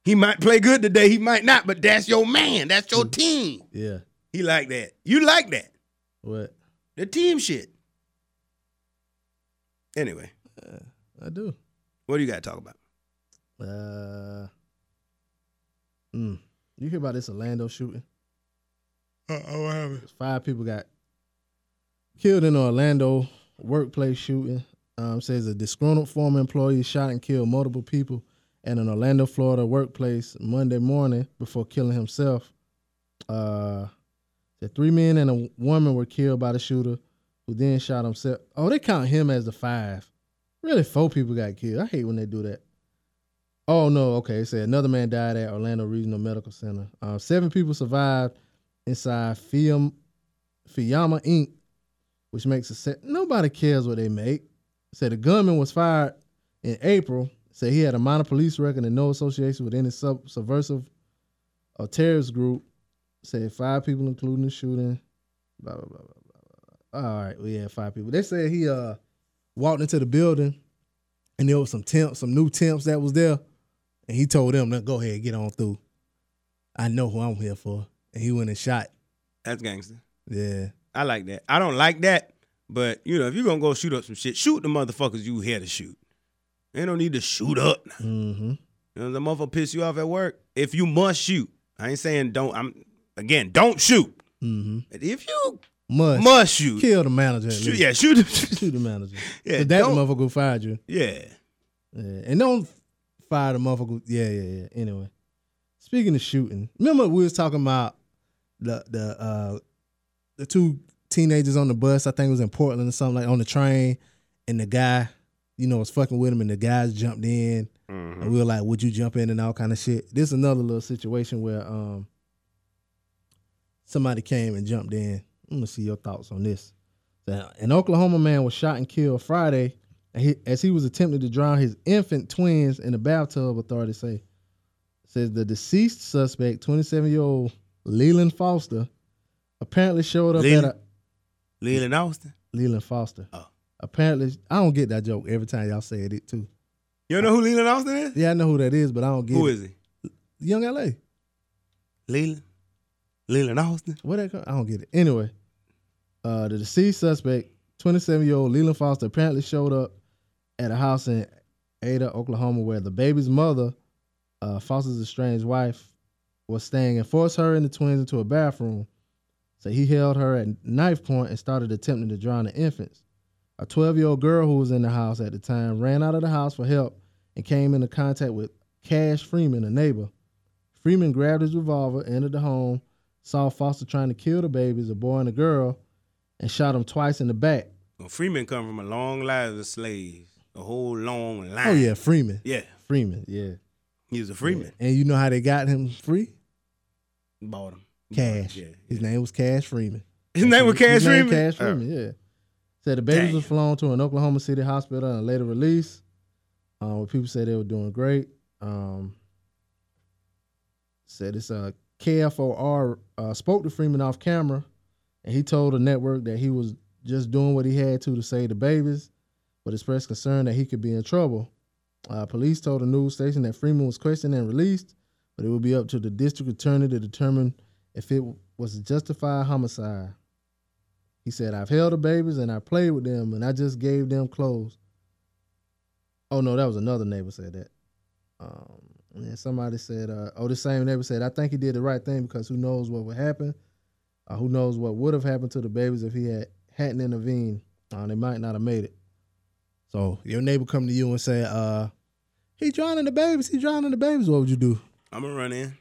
S1: He might play good today, he might not, but that's your man. That's
S2: Mm.
S1: your team.
S2: Yeah.
S1: He like that. You like that.
S2: What?
S1: The team shit. Anyway,
S2: I do.
S1: what do you got to talk about?
S2: Uh, mm. You hear about this Orlando shooting?
S1: Uh-oh, Uh, oh, what happened?
S2: five people got killed in Orlando workplace shooting. Um, says a disgruntled former employee shot and killed multiple people at an Orlando, Florida workplace Monday morning before killing himself. Uh, the three men and a woman were killed by the shooter, who then shot himself. Oh, they count him as the five. Really, four people got killed. I hate when they do that. Oh no, okay. It said another man died at Orlando Regional Medical Center. Uh, seven people survived inside Fiam, Fiamma Inc., which makes a set. Nobody cares what they make. Said the gunman was fired in April. Said he had a minor police record and no association with any sub- subversive or terrorist group. Said five people, including the shooting. Blah blah blah blah blah. blah. All right, we had five people. They said he uh walked into the building, and there was some temps, some new temps that was there, and he told them, "Now go ahead, get on through. I know who I'm here for." And he went and shot
S1: That's gangster.
S2: yeah.
S1: I like that. I don't like that, but you know, if you're gonna go shoot up some shit, shoot the motherfuckers you here to shoot. They don't need to shoot up.
S2: Mm-hmm.
S1: You know, the motherfucker piss you off at work. If you must shoot, I ain't saying don't. I'm again, don't shoot.
S2: Mm-hmm.
S1: But if you
S2: Must,
S1: must shoot,
S2: kill the manager. At
S1: shoot
S2: least.
S1: yeah, shoot.
S2: <laughs> Shoot the manager.
S1: Yeah,
S2: Cause that
S1: don't-
S2: motherfucker who fired you.
S1: yeah,
S2: Yeah. And don't fire the motherfucker. who- Yeah, yeah, yeah. Anyway, speaking of shooting, remember we was talking about the the uh the two teenagers on the bus. I think it was in Portland or something like on the train, and the guy, you know, was fucking with him, and the guys jumped in.
S1: Mhm.
S2: and we were like, "Would you jump in?" and all kind of shit. This is another little situation where um somebody came and jumped in. I'm gonna see your thoughts on this. Now, an Oklahoma man was shot and killed Friday and he- as he was attempting to drown his infant twins in the bathtub. Authorities say says the deceased suspect, 27 year old Leland Foster, apparently showed up
S1: Leland?
S2: at a
S1: Leland Austin.
S2: Leland Foster.
S1: Oh.
S2: Apparently, I don't get that joke every time y'all say it too.
S1: You know who Leland Austin is?
S2: Yeah, I know who that is, but I don't get
S1: Who
S2: it.
S1: is he?
S2: Young LA.
S1: Leland? Leland Austin?
S2: Where that come? I don't get it. Anyway, uh, the deceased suspect, 27 year old Leland Foster, apparently showed up at a house in Ada, Oklahoma, where the baby's mother, uh, Foster's estranged wife, was staying and forced her and the twins into a bathroom. So he held her at knife point and started attempting to drown the infants. A 12 year old girl who was in the house at the time ran out of the house for help and came into contact with Cash Freeman, a neighbor. Freeman grabbed his revolver, entered the home, saw Foster trying to kill the babies, a boy and a girl, and shot him twice in the back.
S1: Well, Freeman come from a long line of slaves. A whole long line.
S2: Oh yeah, Freeman.
S1: Yeah.
S2: Freeman, yeah.
S1: He was a Freeman.
S2: And you know how they got him free?
S1: Bought him.
S2: Cash.
S1: Yeah.
S2: His name was Cash Freeman.
S1: His name was Cash
S2: His name
S1: Freeman?
S2: Cash
S1: Oh.
S2: Freeman, yeah. Said the babies
S1: Damn.
S2: were flown to an Oklahoma City hospital and later released. Uh, where people said they were doing great. Um, said it's uh, a KFOR uh, spoke to Freeman off camera, and he told the network that he was just doing what he had to to save the babies, but expressed concern that he could be in trouble. Uh, police told the news station that Freeman was questioned and released, but it would be up to the district attorney to determine if it was a justified homicide. He said, I've held the babies and I played with them and I just gave them clothes. Oh, no, that was another neighbor said that. Um, and then somebody said, uh, oh, the same neighbor said, I think he did the right thing because who knows what would happen. Uh, who knows what would have happened to the babies if he had, hadn't intervened. Uh, they might not have made it. So your neighbor come to you and say, uh, he drowning the babies, he drowning the babies. What would you do?
S1: I'm gonna Uh, run in.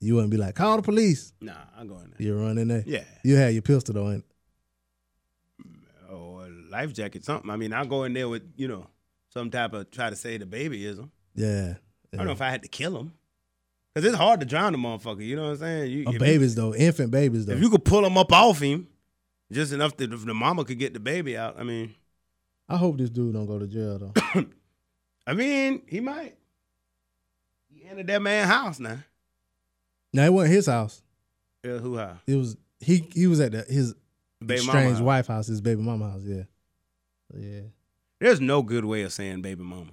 S2: You wouldn't be like, call the police.
S1: Nah, I'm going there.
S2: You're running there.
S1: Yeah.
S2: You had your pistol though, ain't
S1: Or a life jacket, something. I mean, I'll go in there with, you know, some type of try to say the babyism.
S2: Yeah.
S1: I
S2: yeah.
S1: don't know if I had to kill him. Cause it's hard to drown a motherfucker, you know what I'm saying? You,
S2: Oh,
S1: if you-
S2: babies though, infant babies though.
S1: If you could pull him up off him, just enough that if the mama could get the baby out. I mean,
S2: I hope this dude don't go to jail though.
S1: I mean, he might. He entered that man's house now.
S2: now it wasn't his house.
S1: Yeah, who house?
S2: It was he. He was at the, his
S1: Baby mama.
S2: strange
S1: house.
S2: wife house, his baby mama house. Yeah, yeah.
S1: There's no good way of saying baby mama.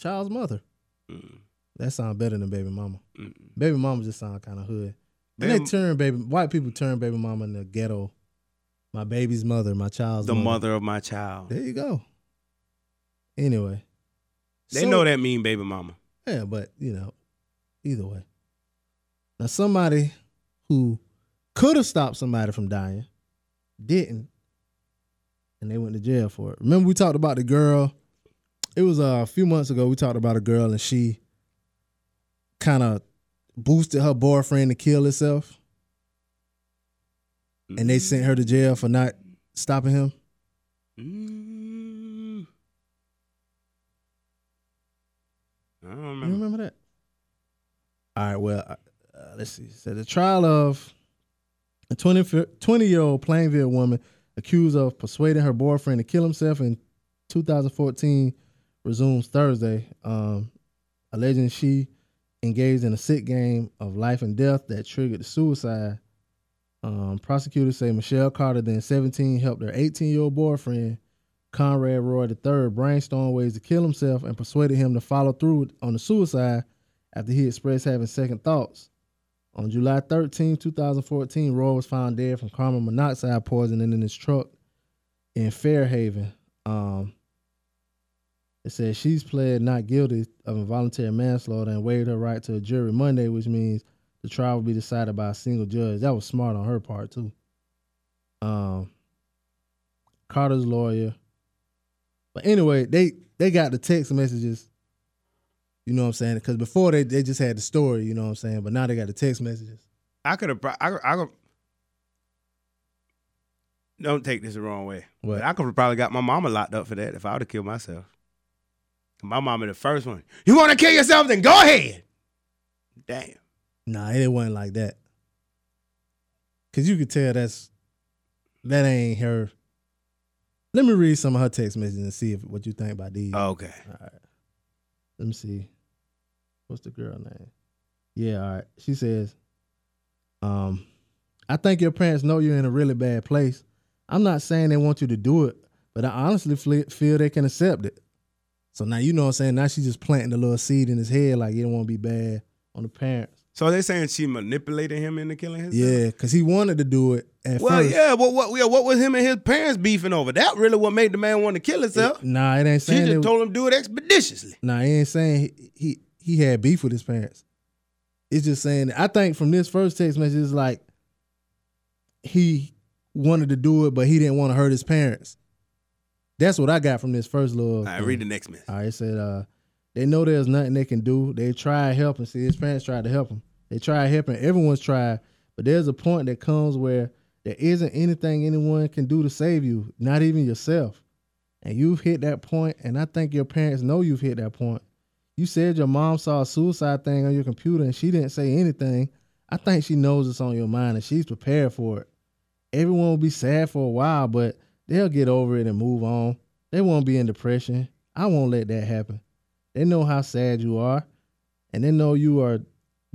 S2: Child's mother.
S1: Mm,
S2: That sounds better than baby mama.
S1: mm.
S2: Baby mama just sound kind of hood. And
S1: Baby-
S2: they turn baby white people turn baby mama in the ghetto. My baby's mother, my child's
S1: The mother of my child.
S2: There you go. Anyway,
S1: They
S2: So-
S1: know that mean baby mama.
S2: Yeah, but you know, either way. Now somebody who could have stopped somebody from dying didn't, and they went to jail for it. Remember we talked about the girl. It was uh, a few months ago. We talked about a girl and she kind of boosted her boyfriend to kill herself, and they sent her to jail for not stopping him.
S1: Mm. I don't
S2: You
S1: remember.
S2: remember that? All right. Well, uh, uh, let's see. So the trial of a 20 year old Plainville woman accused of persuading her boyfriend to kill himself in 2014 resumes Thursday, um, alleging she engaged in a sick game of life and death that triggered the suicide. Um, prosecutors say Michelle Carter, then 17, helped her 18 year old boyfriend Conrad Roy III brainstormed ways to kill himself and persuaded him to follow through on the suicide after he expressed having second thoughts. On July 13, 2014, Roy was found dead from carbon monoxide poisoning in his truck in Fairhaven. Um, it says she's pled not guilty of involuntary manslaughter and waived her right to a jury Monday, which means the trial will be decided by a single judge. That was smart on her part, too. Um, Carter's lawyer, but anyway, they they got the text messages. You know what I'm saying? Because before they they just had the story. You know what I'm saying? But now they got the text messages.
S1: I could have. I, could- I could. Don't take this the wrong way.
S2: What?
S1: But I could have probably got my mama locked up for that if I would have killed myself. My mama, the first one. You want to kill yourself? Then go ahead. Damn.
S2: Nah, it wasn't like that. Cause you could tell that's that ain't her. Let me read some of her text messages and see if what you think about these.
S1: Okay.
S2: Let me see. What's the girl name? Yeah, all right. She says, um, I think your parents know you're in a really bad place. I'm not saying they want you to do it, but I honestly fle- feel they can accept it. So now you know what I'm saying. Now she's just planting a little seed in his head, like it don't want to be bad on the parents.
S1: So they saying she manipulated him into killing himself.
S2: Yeah, because he wanted to do it at
S1: Well,
S2: first.
S1: yeah. What what yeah, what was him and his parents beefing over? That really what made the man want to kill himself.
S2: Nah, it ain't
S1: she
S2: saying.
S1: just
S2: it-
S1: told him do it expeditiously.
S2: Nah, it ain't saying he, he he had beef with his parents. It's just saying I think from this first text message, it's like he wanted to do it, but he didn't want to hurt his parents. That's what I got from this first little.
S1: All right, read the next message.
S2: All right, it said uh, they know there's nothing they can do. They try helping. See, his parents tried to help him. They tried helping. Everyone's tried, but there's a point that comes where there isn't anything anyone can do to save you, not even yourself. And you've hit that point, and I think your parents know you've hit that point. You said your mom saw a suicide thing on your computer, and she didn't say anything. I think she knows it's on your mind, and she's prepared for it. Everyone will be sad for a while, but they'll get over it and move on. They won't be in depression. I won't let that happen. They know how sad you are, and they know you are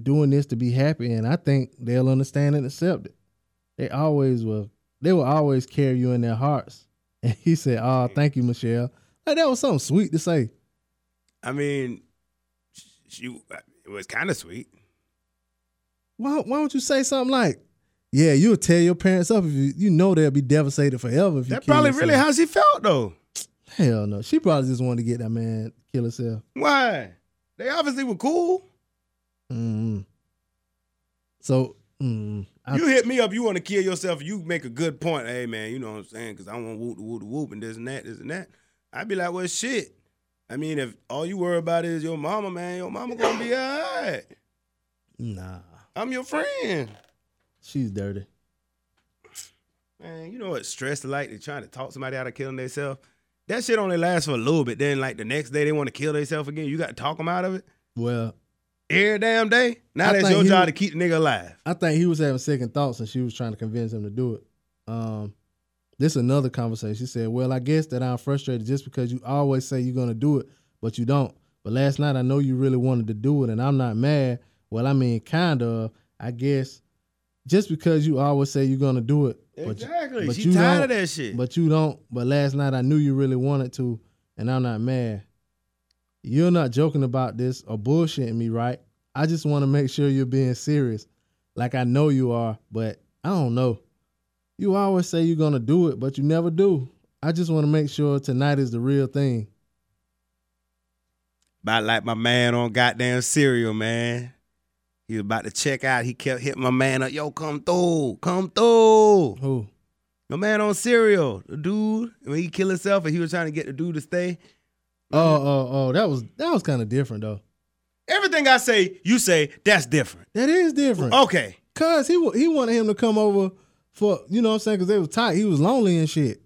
S2: doing this to be happy, and I think they'll understand and accept it. They always will. They will always carry you in their hearts. <laughs> And he said, "Oh, thank you, Michelle." Like that was something sweet to say.
S1: I mean, sh- she it was kind of sweet.
S2: Why? Why don't you say something like, "Yeah, you'll tear your parents up if you you know they'll be devastated forever." If you
S1: That
S2: kill
S1: probably
S2: yourself."
S1: really how she felt though.
S2: Hell no. She probably just wanted to get that man kill herself.
S1: Why? They obviously were cool.
S2: mm So mm, I,
S1: you hit me up. You want to kill yourself? You make a good point. Hey man, you know what I'm saying? Because I want whoop the whoop the whoop and this and that, this and that. I'd be like, well, shit. I mean, if all you worry about is your mama, man, your mama gonna be all right.
S2: nah,
S1: I'm your friend.
S2: she's dirty.
S1: Man, you know what stress is like? They're trying to talk somebody out of killing themselves. That shit only lasts for a little bit. Then, like the next day, they want to kill themselves again. You got to talk them out of it
S2: Well,
S1: every damn day. Now
S2: I
S1: that's
S2: think
S1: your
S2: he-
S1: job to keep the nigga alive.
S2: I think he was having second thoughts and she was trying to convince him to do it. Um, this another conversation. She said, Well, I guess that I'm frustrated just because you always say you're gonna do it, but you don't. But last night I know you really wanted to do it and I'm not mad. Well, I mean kind of, I guess just because you always say you're gonna do it. But you,
S1: exactly.
S2: but
S1: she
S2: you
S1: tired
S2: don't-
S1: of that shit.
S2: But you don't. But last night I knew you really wanted to, and I'm not mad. You're not joking about this or bullshitting me, right? I just want to make sure you're being serious, like I know you are, but I don't know. You always say you're going to do it, but you never do. I just want to make sure tonight is the real thing.
S1: About like my man on goddamn cereal, man. He was about to check out. He kept hitting my man up. Yo, come through, come through.
S2: Who?
S1: My man on cereal, the dude when he killed himself, and he was trying to get the dude to stay.
S2: Oh, oh, oh, that was that was kind of different though.
S1: Everything I say, you say that's different.
S2: That is different.
S1: Okay.
S2: Cuz he wa- he wanted him to come over for, you know what I'm saying, cuz they was tight. He was lonely and shit.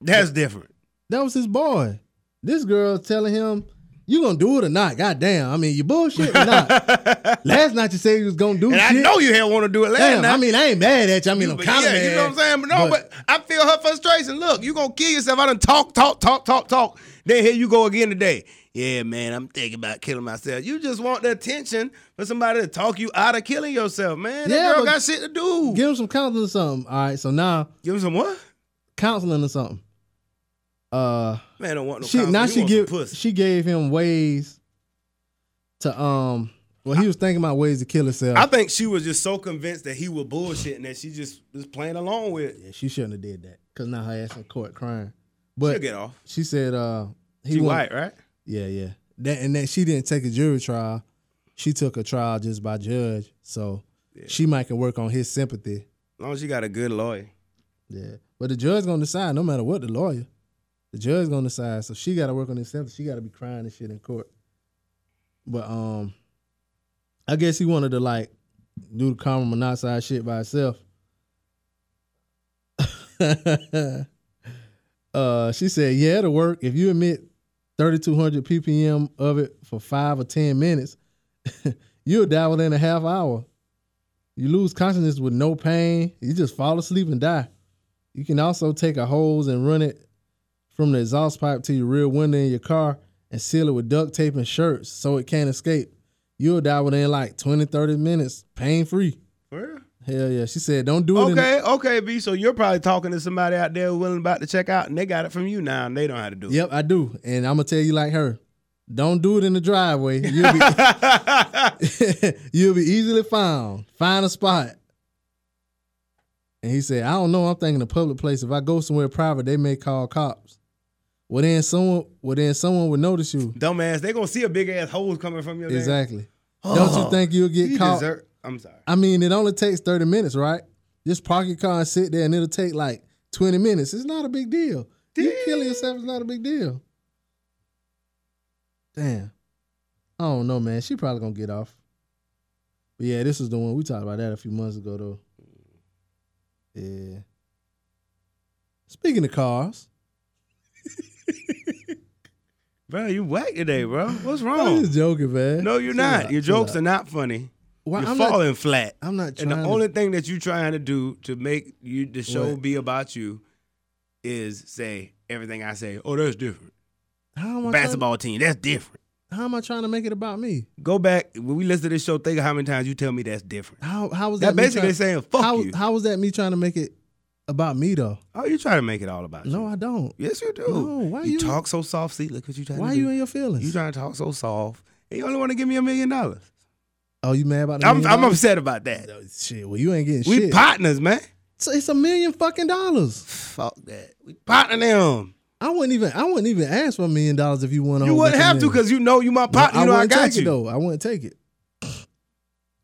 S1: That's different.
S2: That was his boy. This girl telling him, "You gonna do it or not? Goddamn! I mean, you bullshit or not?
S1: <laughs> and
S2: Last night you said you was gonna do
S1: I
S2: shit.
S1: know you had want to do it last
S2: Damn!
S1: night.
S2: I mean, I ain't mad at you. I mean, I'm
S1: But
S2: kind of
S1: yeah,
S2: mad.
S1: you know what I'm saying? But no, but, I feel her frustration. Look, you gonna kill yourself. I done talk, talk, talk, talk, talk. Then here you go again today. Yeah, man, I'm thinking about killing myself. You just want the attention for somebody to talk you out of killing yourself, man. That
S2: Yeah,
S1: girl
S2: but-
S1: got shit to do.
S2: give him some counseling or something. All right, so now
S1: give him some what?
S2: counseling or something. Uh,
S1: Man, don't want no.
S2: she now
S1: conflict. He
S2: she
S1: want some
S2: give
S1: pussy.
S2: she gave him ways to um. Well, he was thinking about ways to kill himself.
S1: I think she was just so convinced that he was bullshitting that she just was playing along with.
S2: yeah, she shouldn't have did that because now her ass in court crying.
S1: She'll
S2: But
S1: get off.
S2: she said, uh, he
S1: She
S2: wanted-
S1: white, right?
S2: Yeah, yeah. That and that she didn't take a jury trial. She took a trial just by judge. So she might can work on his sympathy.
S1: As long as you got a good lawyer.
S2: Yeah. But the judge gonna decide no matter what the lawyer. The judge gonna decide. So she gotta work on his sympathy. She gotta be crying and shit in court. But um I guess he wanted to like do the carbon monoxide shit by himself. <laughs> uh she said, Yeah, it'll work. If you emit 3,200 ppm of it for five or 10 minutes, <laughs> you'll die within a half hour. You lose consciousness with no pain. You just fall asleep and die. You can also take a hose and run it from the exhaust pipe to your rear window in your car and seal it with duct tape and shirts so it can't escape. You'll die within like 20, 30 minutes, pain free.
S1: For real?
S2: Hell yeah. She said, don't do it. in-
S1: Okay, okay, B. So you're probably talking to somebody out there willing about to check out, and they got it from you now, and they don't know how to do it.
S2: Yep, I do. And I'm gonna tell you like her. Don't do it in the driveway. You'll be, <laughs> you'll be easily found. Find a spot. And he said, I don't know. I'm thinking a public place. If I go somewhere private, they may call cops. Well then someone well then someone would notice you.
S1: <laughs> Dumbass, they gonna see a big ass hole coming from your damn-
S2: Exactly. Don't you think you'll get
S1: You
S2: caught?
S1: deserve- I'm sorry.
S2: I mean, it only takes 30 minutes, right? Just park your car and sit there and it'll take like 20 minutes. It's not a big deal. You killing yourself is not a big deal. Damn. I don't know, man. She probably gonna get off. But yeah, this is the one we talked about that a few months ago though. Yeah. Speaking of cars,
S1: Bro, you whack today, bro. What's
S2: I'm
S1: wrong?
S2: just joking, man.
S1: Oh. No, you're
S2: Chill
S1: not.
S2: out,
S1: Your
S2: chill
S1: jokes
S2: out.
S1: are not funny.
S2: Well,
S1: You're
S2: I'm not-
S1: falling flat.
S2: I'm not trying
S1: And the
S2: to-
S1: only thing that you're trying to do to make you the show
S2: What?
S1: be about you is say everything I say. Oh, that's different.
S2: how am I
S1: Basketball team, that's different.
S2: Trying, how am I trying to make it about me?
S1: Go back when we listen to this show. Think of how many times you tell me that's different.
S2: How how was
S1: That
S2: that? me
S1: basically
S2: trying-
S1: saying, "Fuck
S2: how,
S1: you."
S2: How was that me trying to make it about me though?
S1: Oh, you trying to make it all about you?
S2: No, I don't.
S1: Yes, you do.
S2: No, why you-
S1: talk so soft? See, look what you trying
S2: Why
S1: to
S2: are
S1: do.
S2: you in your feelings?
S1: You trying to talk so soft? And you only want to give me a million dollars.
S2: oh, you mad about the
S1: I'm
S2: million
S1: I'm
S2: dollars?
S1: upset about that.
S2: Oh, Shit, well you ain't getting
S1: We
S2: shit.
S1: partners, man.
S2: So it's a million fucking dollars.
S1: Fuck that. We partner them.
S2: I wouldn't even. I wouldn't even ask for a million dollars if you won. a
S1: You
S2: whole
S1: wouldn't
S2: bunch of
S1: have to
S2: million.
S1: because you know you my
S2: No,
S1: partner. you know I
S2: wouldn't
S1: got
S2: take
S1: you.
S2: it though. I wouldn't take it.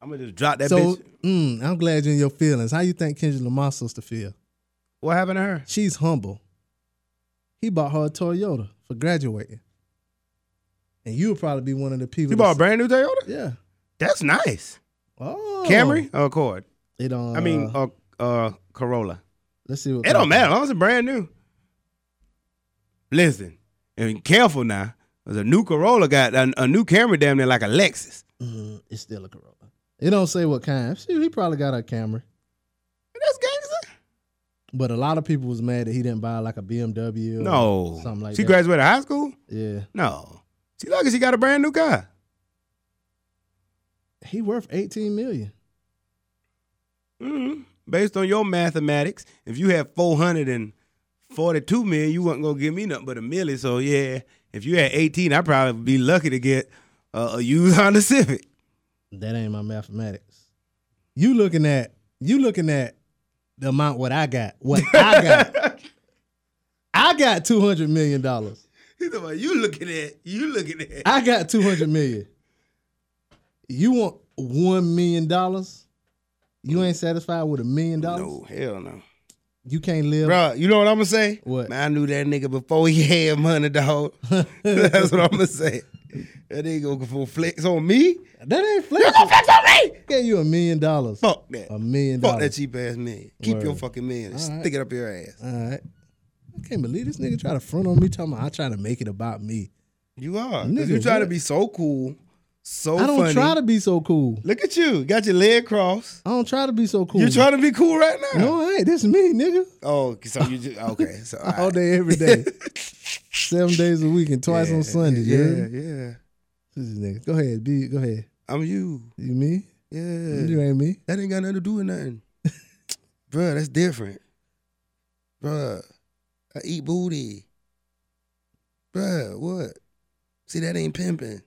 S1: I'm gonna just drop that
S2: so
S1: bitch.
S2: mm, I'm glad you're in your feelings. How you think Kendrick Lamar's supposed to feel?
S1: What happened to her?
S2: She's humble. He bought her a Toyota for graduating, and you would probably be one of the people.
S1: You
S2: that-
S1: bought a brand new Toyota.
S2: yeah.
S1: That's nice.
S2: Oh,
S1: Camry or Accord?
S2: It don't.
S1: I mean, uh, uh, Corolla.
S2: let's see. What
S1: It don't matter. As long as it's brand new. Listen, and careful now. There's a new Corolla got a, a new camera damn near like a Lexus.
S2: Mm, it's still a Corolla. It don't say what kind. Shoot, he probably got a camera.
S1: That's gangster.
S2: But a lot of people was mad that he didn't buy like a BMW. Or
S1: No.
S2: something like
S1: she
S2: that.
S1: graduated high school?
S2: yeah,
S1: No. She lucky she got a brand new car.
S2: he worth eighteen million.
S1: Mhm. Based on your mathematics, if you had 442 million, you wasn't going to give me nothing but a million. So, yeah, if you had 18, I'd probably be lucky to get uh, a used Honda Civic. <laughs>
S2: That ain't my mathematics. You looking at you looking at the amount what I got. What
S1: <laughs>
S2: I got. I got two hundred million dollars.
S1: He's talking about, you looking at, you looking at.
S2: I got two hundred million. You want one million dollars? You ain't satisfied with a million dollars?
S1: No, hell no.
S2: You can't live.
S1: Bro, you know what I'm going to say?
S2: What?
S1: Man, I knew that nigga before he <laughs> had money,
S2: <laughs>
S1: dog. That's what I'm going to say. That nigga going to flex on me?
S2: That ain't flex.
S1: Flex on me!
S2: Gave you a million dollars.
S1: Fuck that.
S2: A million
S1: Fuck that
S2: dollars.
S1: cheap ass million. Keep your
S2: Word.
S1: fucking million.
S2: All right.
S1: Stick it up your ass.
S2: All right. I can't believe this nigga try to front on me talking about I try to make it about me.
S1: You are. 'Cause
S2: Nigga,
S1: you try to
S2: what?
S1: be so cool, so
S2: I don't
S1: funny.
S2: try to be so cool.
S1: Look at you. Got your leg crossed.
S2: I don't try to be so cool.
S1: You trying to be cool right now?
S2: No, I ain't. This me, nigga.
S1: Oh, so you
S2: <laughs>
S1: just okay. So all
S2: All
S1: right.
S2: day,
S1: <laughs>
S2: every day. Seven days a week and twice on Sunday.
S1: Yeah,
S2: Yeah.
S1: yeah.
S2: This is nigga. Go ahead. Be go ahead.
S1: I'm you.
S2: You me?
S1: Yeah.
S2: You ain't me.
S1: That ain't got nothing to do with nothing. <laughs> Bruh, that's different. Bruh, I eat booty. Bruh, what? See, that ain't <laughs> pimping.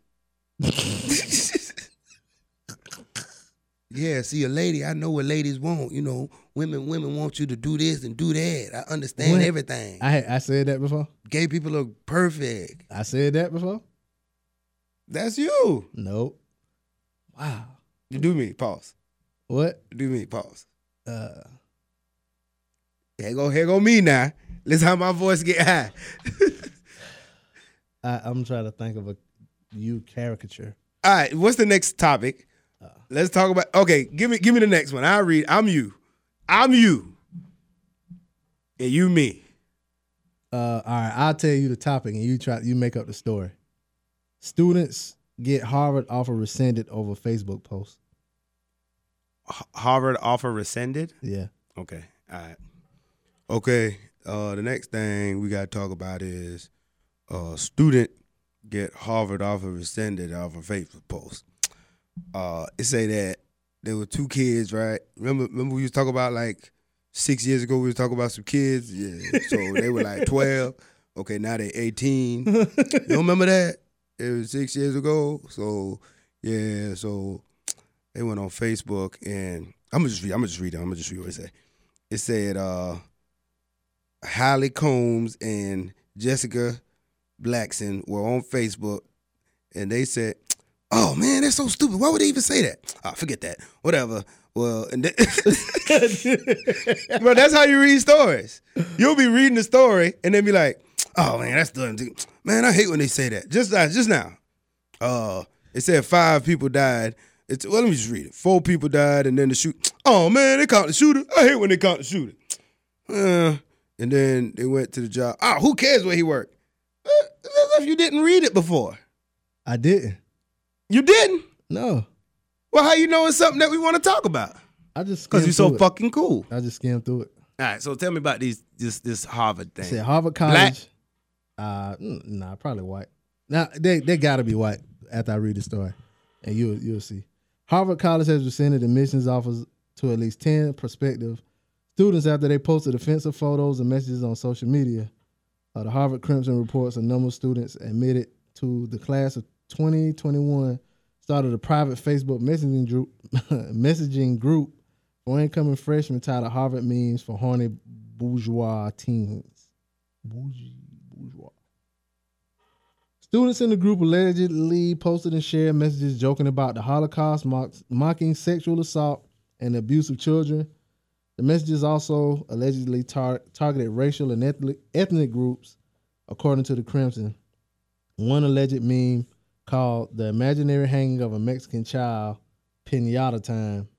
S1: yeah, see, a lady, I know what ladies want. You know, women, women want you to do this and do that. I understand
S2: What?
S1: everything.
S2: I had- I said that before.
S1: Gay people are perfect.
S2: I said that before.
S1: That's you.
S2: Nope. Wow.
S1: You do me, pause.
S2: What?
S1: You do me, pause.
S2: Uh,
S1: Here go, here go me now. Let's how my voice get high.
S2: I, I'm trying to think of a you caricature.
S1: All right, what's the next topic? Let's talk about. Okay, give me give me the next one. I read. I'm you. I'm you. And you me.
S2: Uh, all right, I'll tell you the topic, and you try you make up the story. Students get Harvard offer rescinded over Facebook post.
S1: H- Harvard offer rescinded.
S2: Yeah, <laughs>
S1: Okay. All right. Okay. Uh, the next thing we gotta talk about is uh, student get Harvard offer rescinded off a Facebook post. Uh, it say that there were two kids, right? Remember, remember we was talking about like six years ago. We was talking about some
S4: <laughs>
S1: kids. <laughs> Yeah. So they were like twelve. Okay, now they're eighteen. You don't remember that?
S4: it was six years ago. So yeah, so they went on Facebook and I'm gonna just read. I'm gonna just read it. I'm gonna just read what it said. It said uh, Holly Combs and Jessica Blackson were on Facebook and they said, "Oh man, that's so stupid. Why would they even say that? Ah, forget that. Whatever." Well, and <laughs> th- bro, that's how you read stories. You'll be reading the story and then be like, "Oh man, that's dumb. dude. Man, I hate when they say that." Just now, just now, uh, it said five people died. It's well, let me just read it. Four people died, and then the shoot. Oh man, they caught the shooter. I hate when they caught the shooter. Uh, and then they went to the job. Ah, who cares where he worked? Uh, that's if you didn't read it before.
S2: I didn't.
S4: You didn't.
S2: No,
S4: Well, how you know it's something that we want to talk about?
S2: I just
S4: Because
S2: skimmed
S4: you're so
S2: through it.
S4: fucking cool.
S2: I just skimmed through it.
S1: All right, so tell me about these this this Harvard thing.
S2: Said Harvard College. Uh, mm, nah, probably white. Now they they gotta be white after I read the story, and you will you'll see. Harvard College has rescinded admissions offers to at least ten prospective students after they posted offensive photos and messages on social media. Uh, the Harvard Crimson reports a number of students admitted to the class of 2021 started a private Facebook messaging group <laughs> messaging group for incoming freshmen titled Harvard Memes for Horny Bourgeois Teens. Bougie, bourgeois. Students in the group allegedly posted and shared messages joking about the Holocaust, mock, mocking sexual assault and abuse of children. The messages also allegedly tar- targeted racial and ethnic, ethnic groups, according to the Crimson. One alleged meme called The Imaginary Hanging of a Mexican Child, Pinata Time.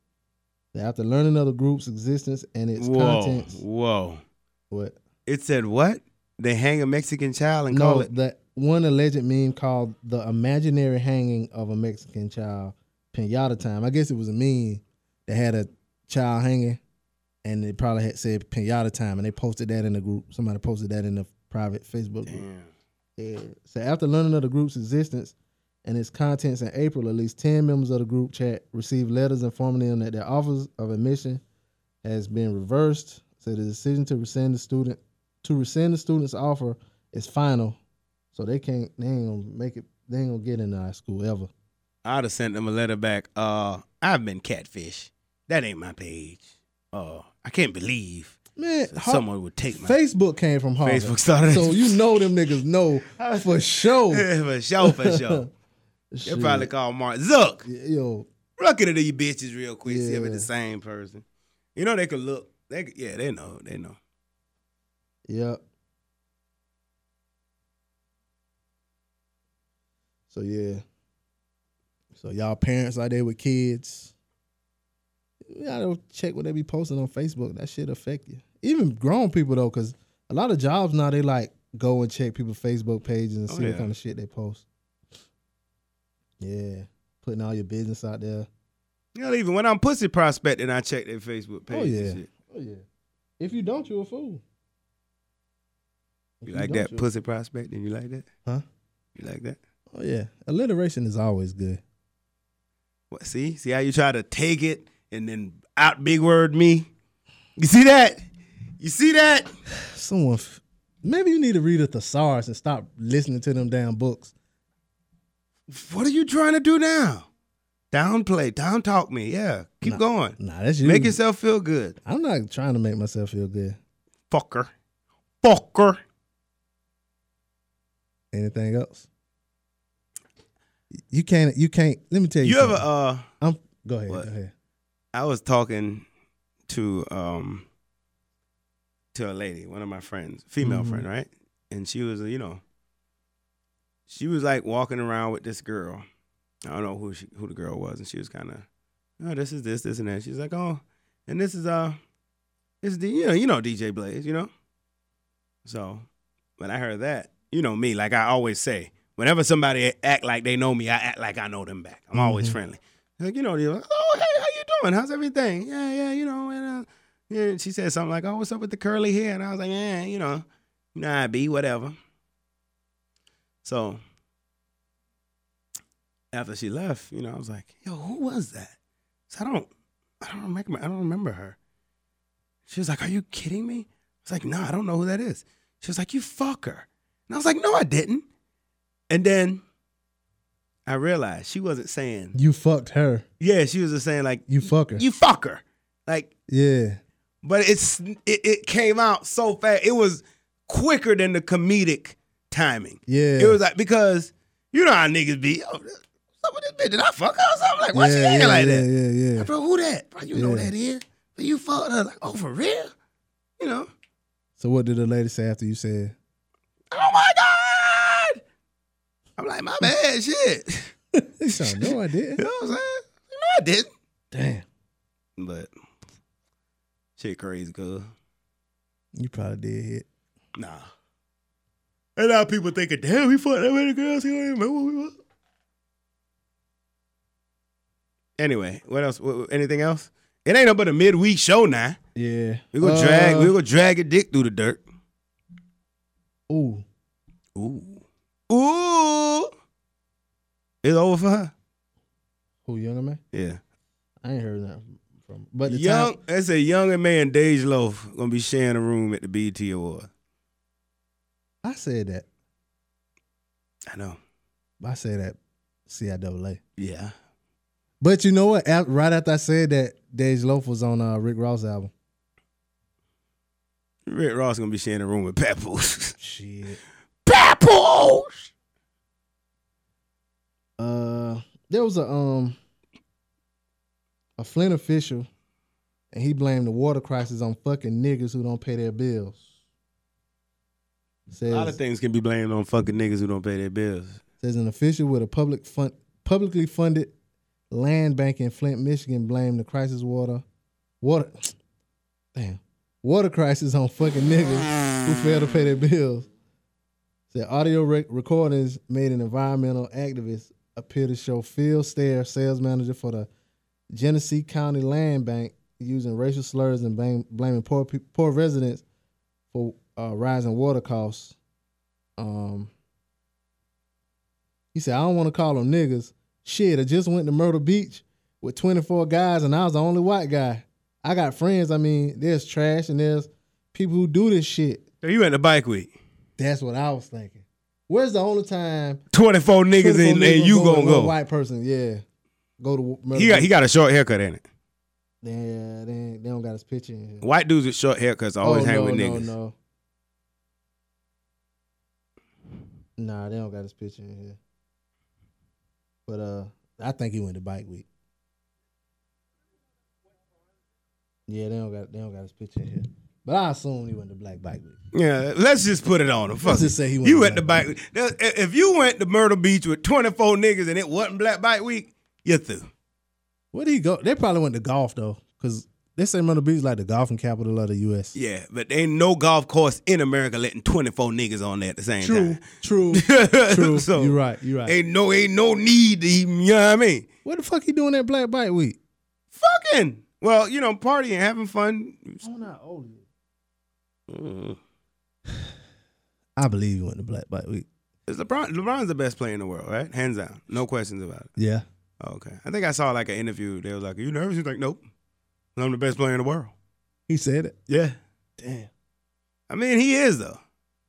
S2: that After learning of the group's existence and its
S1: whoa,
S2: contents,
S1: whoa!
S2: what?
S1: It said what? They hang a Mexican child and call
S2: No,
S1: it.
S2: that one alleged meme called the imaginary hanging of a Mexican child pinata time. I guess it was a meme that had a child hanging, and it probably had said pinata time, and they posted that in the group. Somebody posted that in the private Facebook group. Yeah. So after learning of the group's existence and its contents in April, at least 10 members of the group chat received letters informing them that their offers of admission has been reversed. So the decision to rescind the student to rescind the student's offer is final. So they can't they ain't gonna make it they ain't gonna get into our school ever.
S1: I'd have sent them a letter back. Uh, I've been catfish. That ain't my page. Uh, I can't believe
S2: Man,
S1: that
S2: Har-
S1: someone would take my
S2: Facebook came from Harvard.
S1: Facebook started.
S2: So you know them niggas know for sure.
S1: <laughs> for sure, for sure. They
S2: <laughs> Shit.
S1: probably call Mark Zuck.
S2: yo,
S1: Look at these bitches real quick. See if
S2: Yeah.
S1: it's the same person. You know they could look. They could, yeah, they know. They know.
S2: Yep. So yeah. So y'all parents out there with kids, you gotta check what they be posting on Facebook. That shit affect you. Even grown people though, because a lot of jobs now they like go and check people's Facebook pages and
S1: Oh,
S2: see
S1: yeah.
S2: what kind of shit they post. Yeah, putting all your business out there.
S1: You know, even when I'm pussy prospecting, I check their Facebook page.
S2: Oh,
S1: And
S2: yeah.
S1: shit.
S2: Oh yeah. If you don't, you're a fool. If
S1: You like
S2: don't,
S1: that
S2: you're-
S1: pussy prospecting? You like that?
S2: Huh?
S1: You like that?
S2: Oh yeah, alliteration is always good.
S1: What? See, see how you try to take it and then out big word me. You see that? You see that?
S2: Someone, f- maybe you need to read a thesaurus and stop listening to them damn books.
S1: What are you trying to do now? Downplay, down talk me. Yeah, keep
S2: Nah.
S1: going.
S2: Nah, that's you.
S1: Make yourself feel good,
S2: I'm not trying to make myself feel good.
S1: fucker, fucker.
S2: Anything else? You can't. You can't. Let me tell you.
S1: You ever?
S2: something.
S1: Uh,
S2: I'm. Go ahead.
S1: What?
S2: Go ahead.
S1: I was talking to um to a lady, one of my friends, female
S2: Mhm.
S1: friend, right? And she was, you know, she was like walking around with this girl. I don't know who she, who the girl was, and she was kind of, oh, this is this, this and that. She's like, oh, and this is uh, this is the you know you know DJ Blaze, you know. So when I heard that, you know me, like I always say, whenever somebody act like they know me, I act like I know them back. I'm always
S2: Mhm.
S1: friendly. Like you know, you're like, oh hey, how you doing? How's everything? Yeah, yeah, you know. And uh, yeah, and she said something like, oh, what's up with the curly hair? And I was like, yeah, you know, nah, be whatever. So after she left, you know, I was like, yo, who was that? So I don't, I don't remember, I don't remember her. She was like, are you kidding me? I was like, no, I don't know who that is. She was like, you fucker. And I was like, no, I didn't. And then I realized she wasn't saying.
S2: You fucked her.
S1: Yeah, she was just saying like
S2: You fuck her.
S1: you fucker. Like
S2: yeah.
S1: but it's it, it came out so fast. It was quicker than the comedic timing.
S2: Yeah.
S1: It was like because you know how niggas be. Oh, what's up with this bitch? Did I fuck her or something? Like why she
S2: yeah,
S1: acting
S2: yeah,
S1: like
S2: yeah,
S1: that?
S2: Yeah, yeah.
S1: Like, Bro, who that? Bro, you know
S2: Yeah.
S1: that is. But you fucked her. Like, oh for real? You know?
S2: So what did the lady say after you said?
S1: Oh my god! I'm like my bad shit. <laughs>
S2: She said, no, I
S1: You <laughs>
S2: didn't.
S1: know what I'm saying? No, I didn't.
S2: Damn.
S1: But shit crazy, cuz.
S2: You probably did hit.
S1: Nah. And now people thinking, damn, we fucked that many girls. He don't even remember what we was. Anyway, what else? Wh- wh- Anything else? It ain't no but a midweek show now.
S2: Yeah. Uh,
S1: We gonna drag, we gonna drag your dick through the dirt.
S2: Ooh.
S1: Ooh, ooh, it's over for her.
S2: Who younger man?
S1: Yeah,
S2: I ain't heard that from. But the
S1: young.
S2: time,
S1: that's a younger man, Dej Loaf, gonna be sharing a room at the BT Award.
S2: I said that.
S1: I know.
S2: I said that. CIAA.
S1: Yeah.
S2: But you know what? Af- Right after I said that, Dej Loaf was on uh, Rick Ross album.
S1: Rick Ross gonna be sharing a room with
S2: <laughs>
S1: Papoose.
S2: Shit.
S1: Papoose.
S2: Uh, there was a um a Flint official, and he blamed the water crisis on fucking niggas who don't pay their bills.
S1: A lot of
S2: Says,
S1: things can be blamed on fucking niggas who don't pay their bills.
S2: says an official with a public fund publicly funded land bank in Flint, Michigan, blamed the crisis water water damn water crisis on fucking niggas who fail to pay their bills. Said audio rec- recordings made an environmental activist appear to show Phil Stair, sales manager for the Genesee County Land Bank, using racial slurs and blame, blaming poor pe- poor residents for uh, rising water costs. Um, he said, "I don't want to call them niggas. Shit, I just went to Myrtle Beach with 24 guys, and I was the only white guy. I got friends. I mean, there's trash, and there's people who do this shit.
S1: So you at the bike week.
S2: That's what I was thinking. Where's the only time
S1: 24 niggas
S2: 24
S1: and,
S2: niggas
S1: and you
S2: go with
S1: gonna
S2: one
S1: go.
S2: White person, yeah. Go to Myrtle
S1: He got he
S2: Beach.
S1: got a short haircut in it.
S2: Yeah, they, ain't- they don't got his picture in here.
S1: White dudes with short haircuts always
S2: Oh,
S1: hang
S2: no,
S1: with
S2: no,
S1: niggas.
S2: No. Nah, they don't got his picture in here. But uh, I think he went to bike week. Yeah, they don't got they don't got his picture in here. But I assume he went to Black Bike Week.
S1: Yeah, let's just put it on him. Fuck.
S2: Let's
S1: it.
S2: just say he went
S1: you
S2: to
S1: at the
S2: Black
S1: bike. Week. Now, i- If you went to Myrtle Beach with 24 niggas and it wasn't Black Bike Week, you're through.
S2: Where would he go? They probably went to golf though, because they say Myrtle Beach is like the golfing capital of the U.S.
S1: Yeah, but ain't no golf course in America letting 24 niggas on there at the same
S2: True,
S1: time. <laughs>
S2: true, true.
S1: So,
S2: you're right. You're right.
S1: Ain't no ain't no need to even, you know what I mean?
S2: what the fuck he doing at Black Bike Week?
S1: Fucking. Well, you know, partying, having fun.
S2: I'm Oh, not old yet. I believe you went to Black Bike Week.
S1: Is LeBron LeBron's the best player in the world, right? Hands down. No questions about it.
S2: Yeah.
S1: Okay. I think I saw like an interview. They was like, Are you nervous? He's like, Nope. I'm the best player in the world.
S2: He said it.
S1: Yeah.
S2: Damn.
S1: I mean, he is though.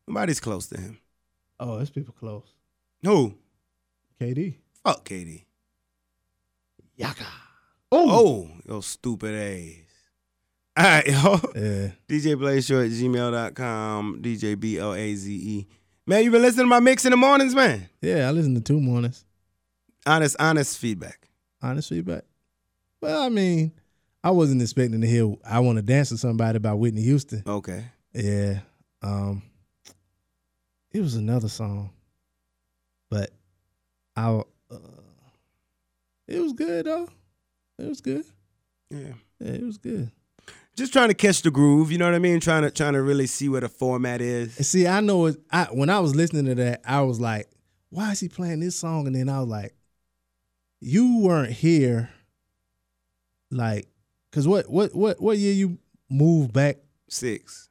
S1: Nobody's close to him.
S2: Oh, it's people close.
S1: Who?
S2: KD.
S1: Fuck KD.
S2: Yaka.
S1: Oh, yo stupid ass. All right, <laughs> y'all.
S2: Yeah.
S1: DJ Blaze at gmail.com. DJ B L A Z E. Man, you been listening to my mix in the mornings, man.
S2: Yeah, I listened to two mornings.
S1: Honest, honest feedback.
S2: Honest feedback. Well, I mean, I wasn't expecting to hear I Wanna Dance with Somebody by Whitney Houston.
S1: Okay.
S2: Yeah. Um It was another song. But I uh, it was good though. It was good.
S1: Yeah.
S2: Yeah, it was good.
S1: Just trying to catch the groove, you know what I mean? Trying to trying to really see where the format is.
S2: And see, I know it. I when I was listening to that, I was like, "Why is he playing this song?" And then I was like, "You weren't here, like, cause what what what what year you moved back
S1: Six.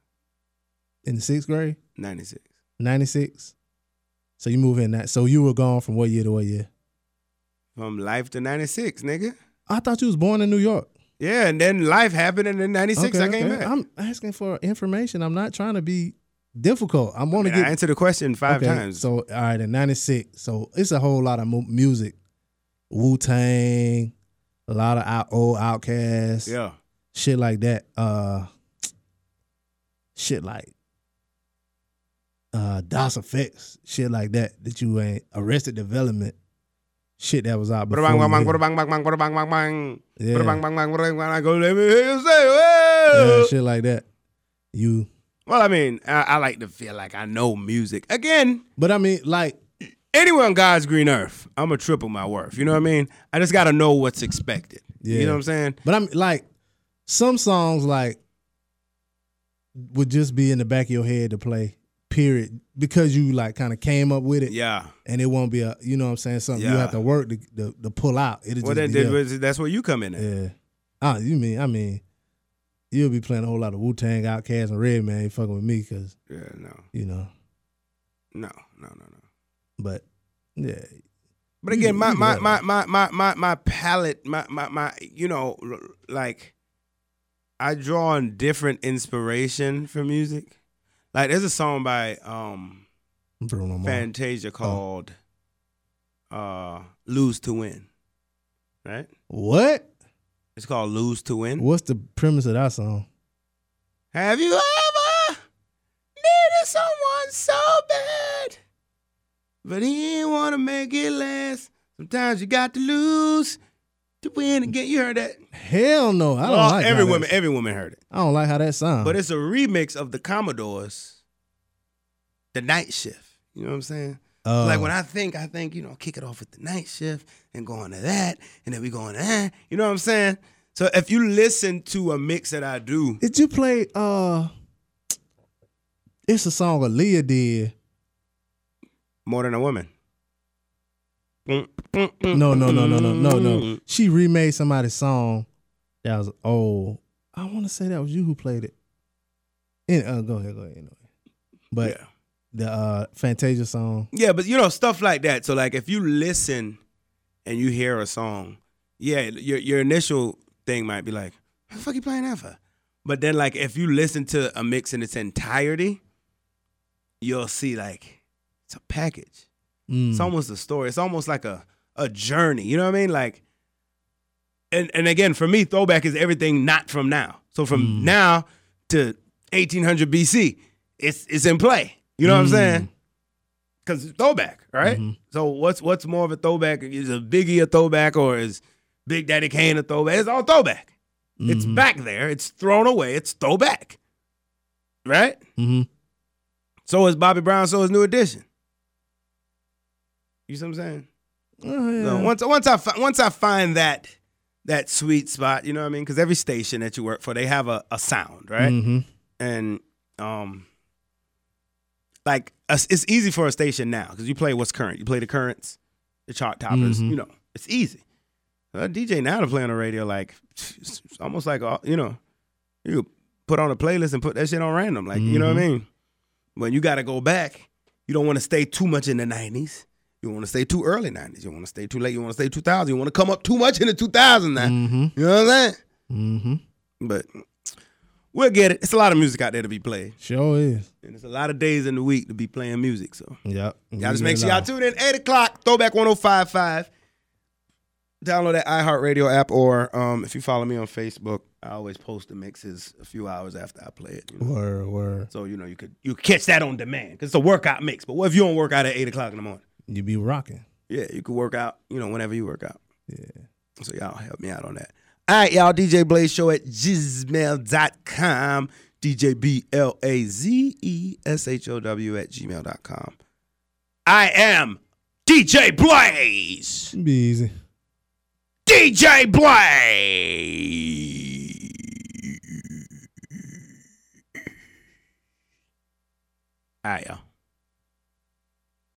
S2: in the sixth grade,
S1: 96.
S2: ninety six? So you moved in that. So you were gone from what year to what year?
S1: From life to 96, nigga.
S2: I thought you was born in New York.
S1: Yeah, and then life happened, and in 96, I came back.
S2: I'm asking for information. I'm not trying to be difficult. I want to
S1: I
S2: get
S1: answered the question five times.
S2: So all right, in '96, so it's a whole lot of mu- music, Wu Tang, a lot of out, old Outcasts,
S1: yeah.
S2: shit like that. Uh, shit like uh, DOS effects, shit like that. That you ain't Arrested Development, shit that was out
S1: What
S2: before.
S1: bang bang
S2: you
S1: bang
S2: hit.
S1: what bang bang bang what bang bang bang
S2: yeah,
S1: what bang bang bang what bang bang go let me hear you say
S2: yeah,
S1: well.
S2: shit like that. You,
S1: Well, I mean, I, I like to feel like I know music. Again,
S2: but I mean, like,
S1: anywhere on God's green earth, I'm a triple my worth. You know what I mean? I just gotta know what's expected.
S2: Yeah.
S1: You know what I'm saying?
S2: but I'm like, some songs like would just be in the back of your head to play. Period, because you like kind of came up with it,
S1: Yeah.
S2: and it won't be a, you know, what I'm saying something you
S1: Yeah.
S2: have to work to, to, to pull out. It'll
S1: Well,
S2: just
S1: that,
S2: be
S1: that,
S2: there.
S1: was- that's where you come in at.
S2: Yeah. Ah, you mean I mean, you'll be playing a whole lot of Wu Tang, Outkast, and Red Man. You fucking with me because
S1: Yeah, no,
S2: you know.
S1: no, no, no, no.
S2: But yeah,
S1: But
S2: You-
S1: again, my
S2: you
S1: my
S2: got
S1: my my my my, my palette, my, my my you know, l- like I draw on different inspiration for music. Like there's a song by um
S2: Bruno Mars.
S1: Fantasia called uh Lose to Win. Right?
S2: What?
S1: It's called Lose to Win.
S2: What's the premise of that song?
S1: Have you ever needed someone so bad? But he ain't wanna make it last. Sometimes you got to lose to win again. You heard that?
S2: Hell no, I don't
S1: Well,
S2: like
S1: every
S2: how
S1: woman.
S2: That,
S1: Every woman heard it.
S2: I don't like how that sounds.
S1: But it's a remix of the Commodores, the Night Shift. You know what I'm saying?
S2: uh,
S1: like when I think, I think you know, kick it off with the Night Shift and go on to that, and then we go on to that. You know what I'm saying? So if you listen to a mix that I do,
S2: did you play? Uh, it's a song Aaliyah did.
S1: more than a woman. Mm,
S2: No, no, no, no, no, no, no. She remade somebody's song that was old. I want to say that was you who played it. And, uh, go ahead, go ahead. Anyway. But
S1: yeah.
S2: the uh, Fantasia song,
S1: Yeah, but you know stuff like that. So like if you listen and you hear a song, yeah, your your initial thing might be like, "How the fuck you playing that for?" But then like if you listen to a mix in its entirety, you'll see like it's a package.
S2: mm,
S1: It's almost a story. It's almost like a a journey. You know what I mean? Like, and and again for me, throwback is everything not from now. So from now to 1800 BC, it's it's in play. You know what I'm saying? Because throwback, right? So what's what's more of a throwback? Is a Biggie a throwback or is Big Daddy Kane a throwback? It's all throwback. It's
S2: mm-hmm,
S1: back there. It's thrown away. It's throwback, right?
S2: mhm.
S1: So is Bobby Brown. So is New Edition. You see what I'm saying?
S2: Oh, yeah.
S1: So once once I fi- once I find that that sweet spot, you know what I mean? Because every station that you work for, they have a, a sound, right?
S2: Mhm.
S1: And um, like us- it's easy for a station now because you play what's current. You play the currents, the chart toppers.
S2: Mhm.
S1: You know, it's easy. A DJ now to play on the radio, like it's it's almost like all- you know, you could put on a playlist and put that shit on random, like you know what I mean. When you got to go back, you don't want to stay too much in the '90s. You want to stay too early '90s. You want to stay too late. You want to stay 2000. You want to come up too much in the 2000 now.
S2: Mhm.
S1: You know what I'm saying?
S2: Mhm.
S1: But we'll get it. It's a lot of music out there to be played.
S2: Sure is.
S1: And it's a lot of days in the week to be playing music. So
S2: Yep.
S1: y'all just make sure y'all tune in. 8 o'clock, throwback 1055. Download that iHeartRadio app or um, if you follow me on Facebook, I always post the mixes a few hours after I play it. you know.
S2: Word, word.
S1: So you know you could you catch that on demand because it's a workout mix. But what if you don't work out at eight o'clock in the morning?
S2: You be rocking.
S1: Yeah, you could work out, you know, whenever you work out.
S2: Yeah.
S1: So y'all help me out on that. All right, y'all. DJ Blaze Show at gmail.com. DJ B L A Z E S H O W at gmail.com. I am DJ Blaze.
S2: Be easy.
S1: DJ Blaze. All right, y'all.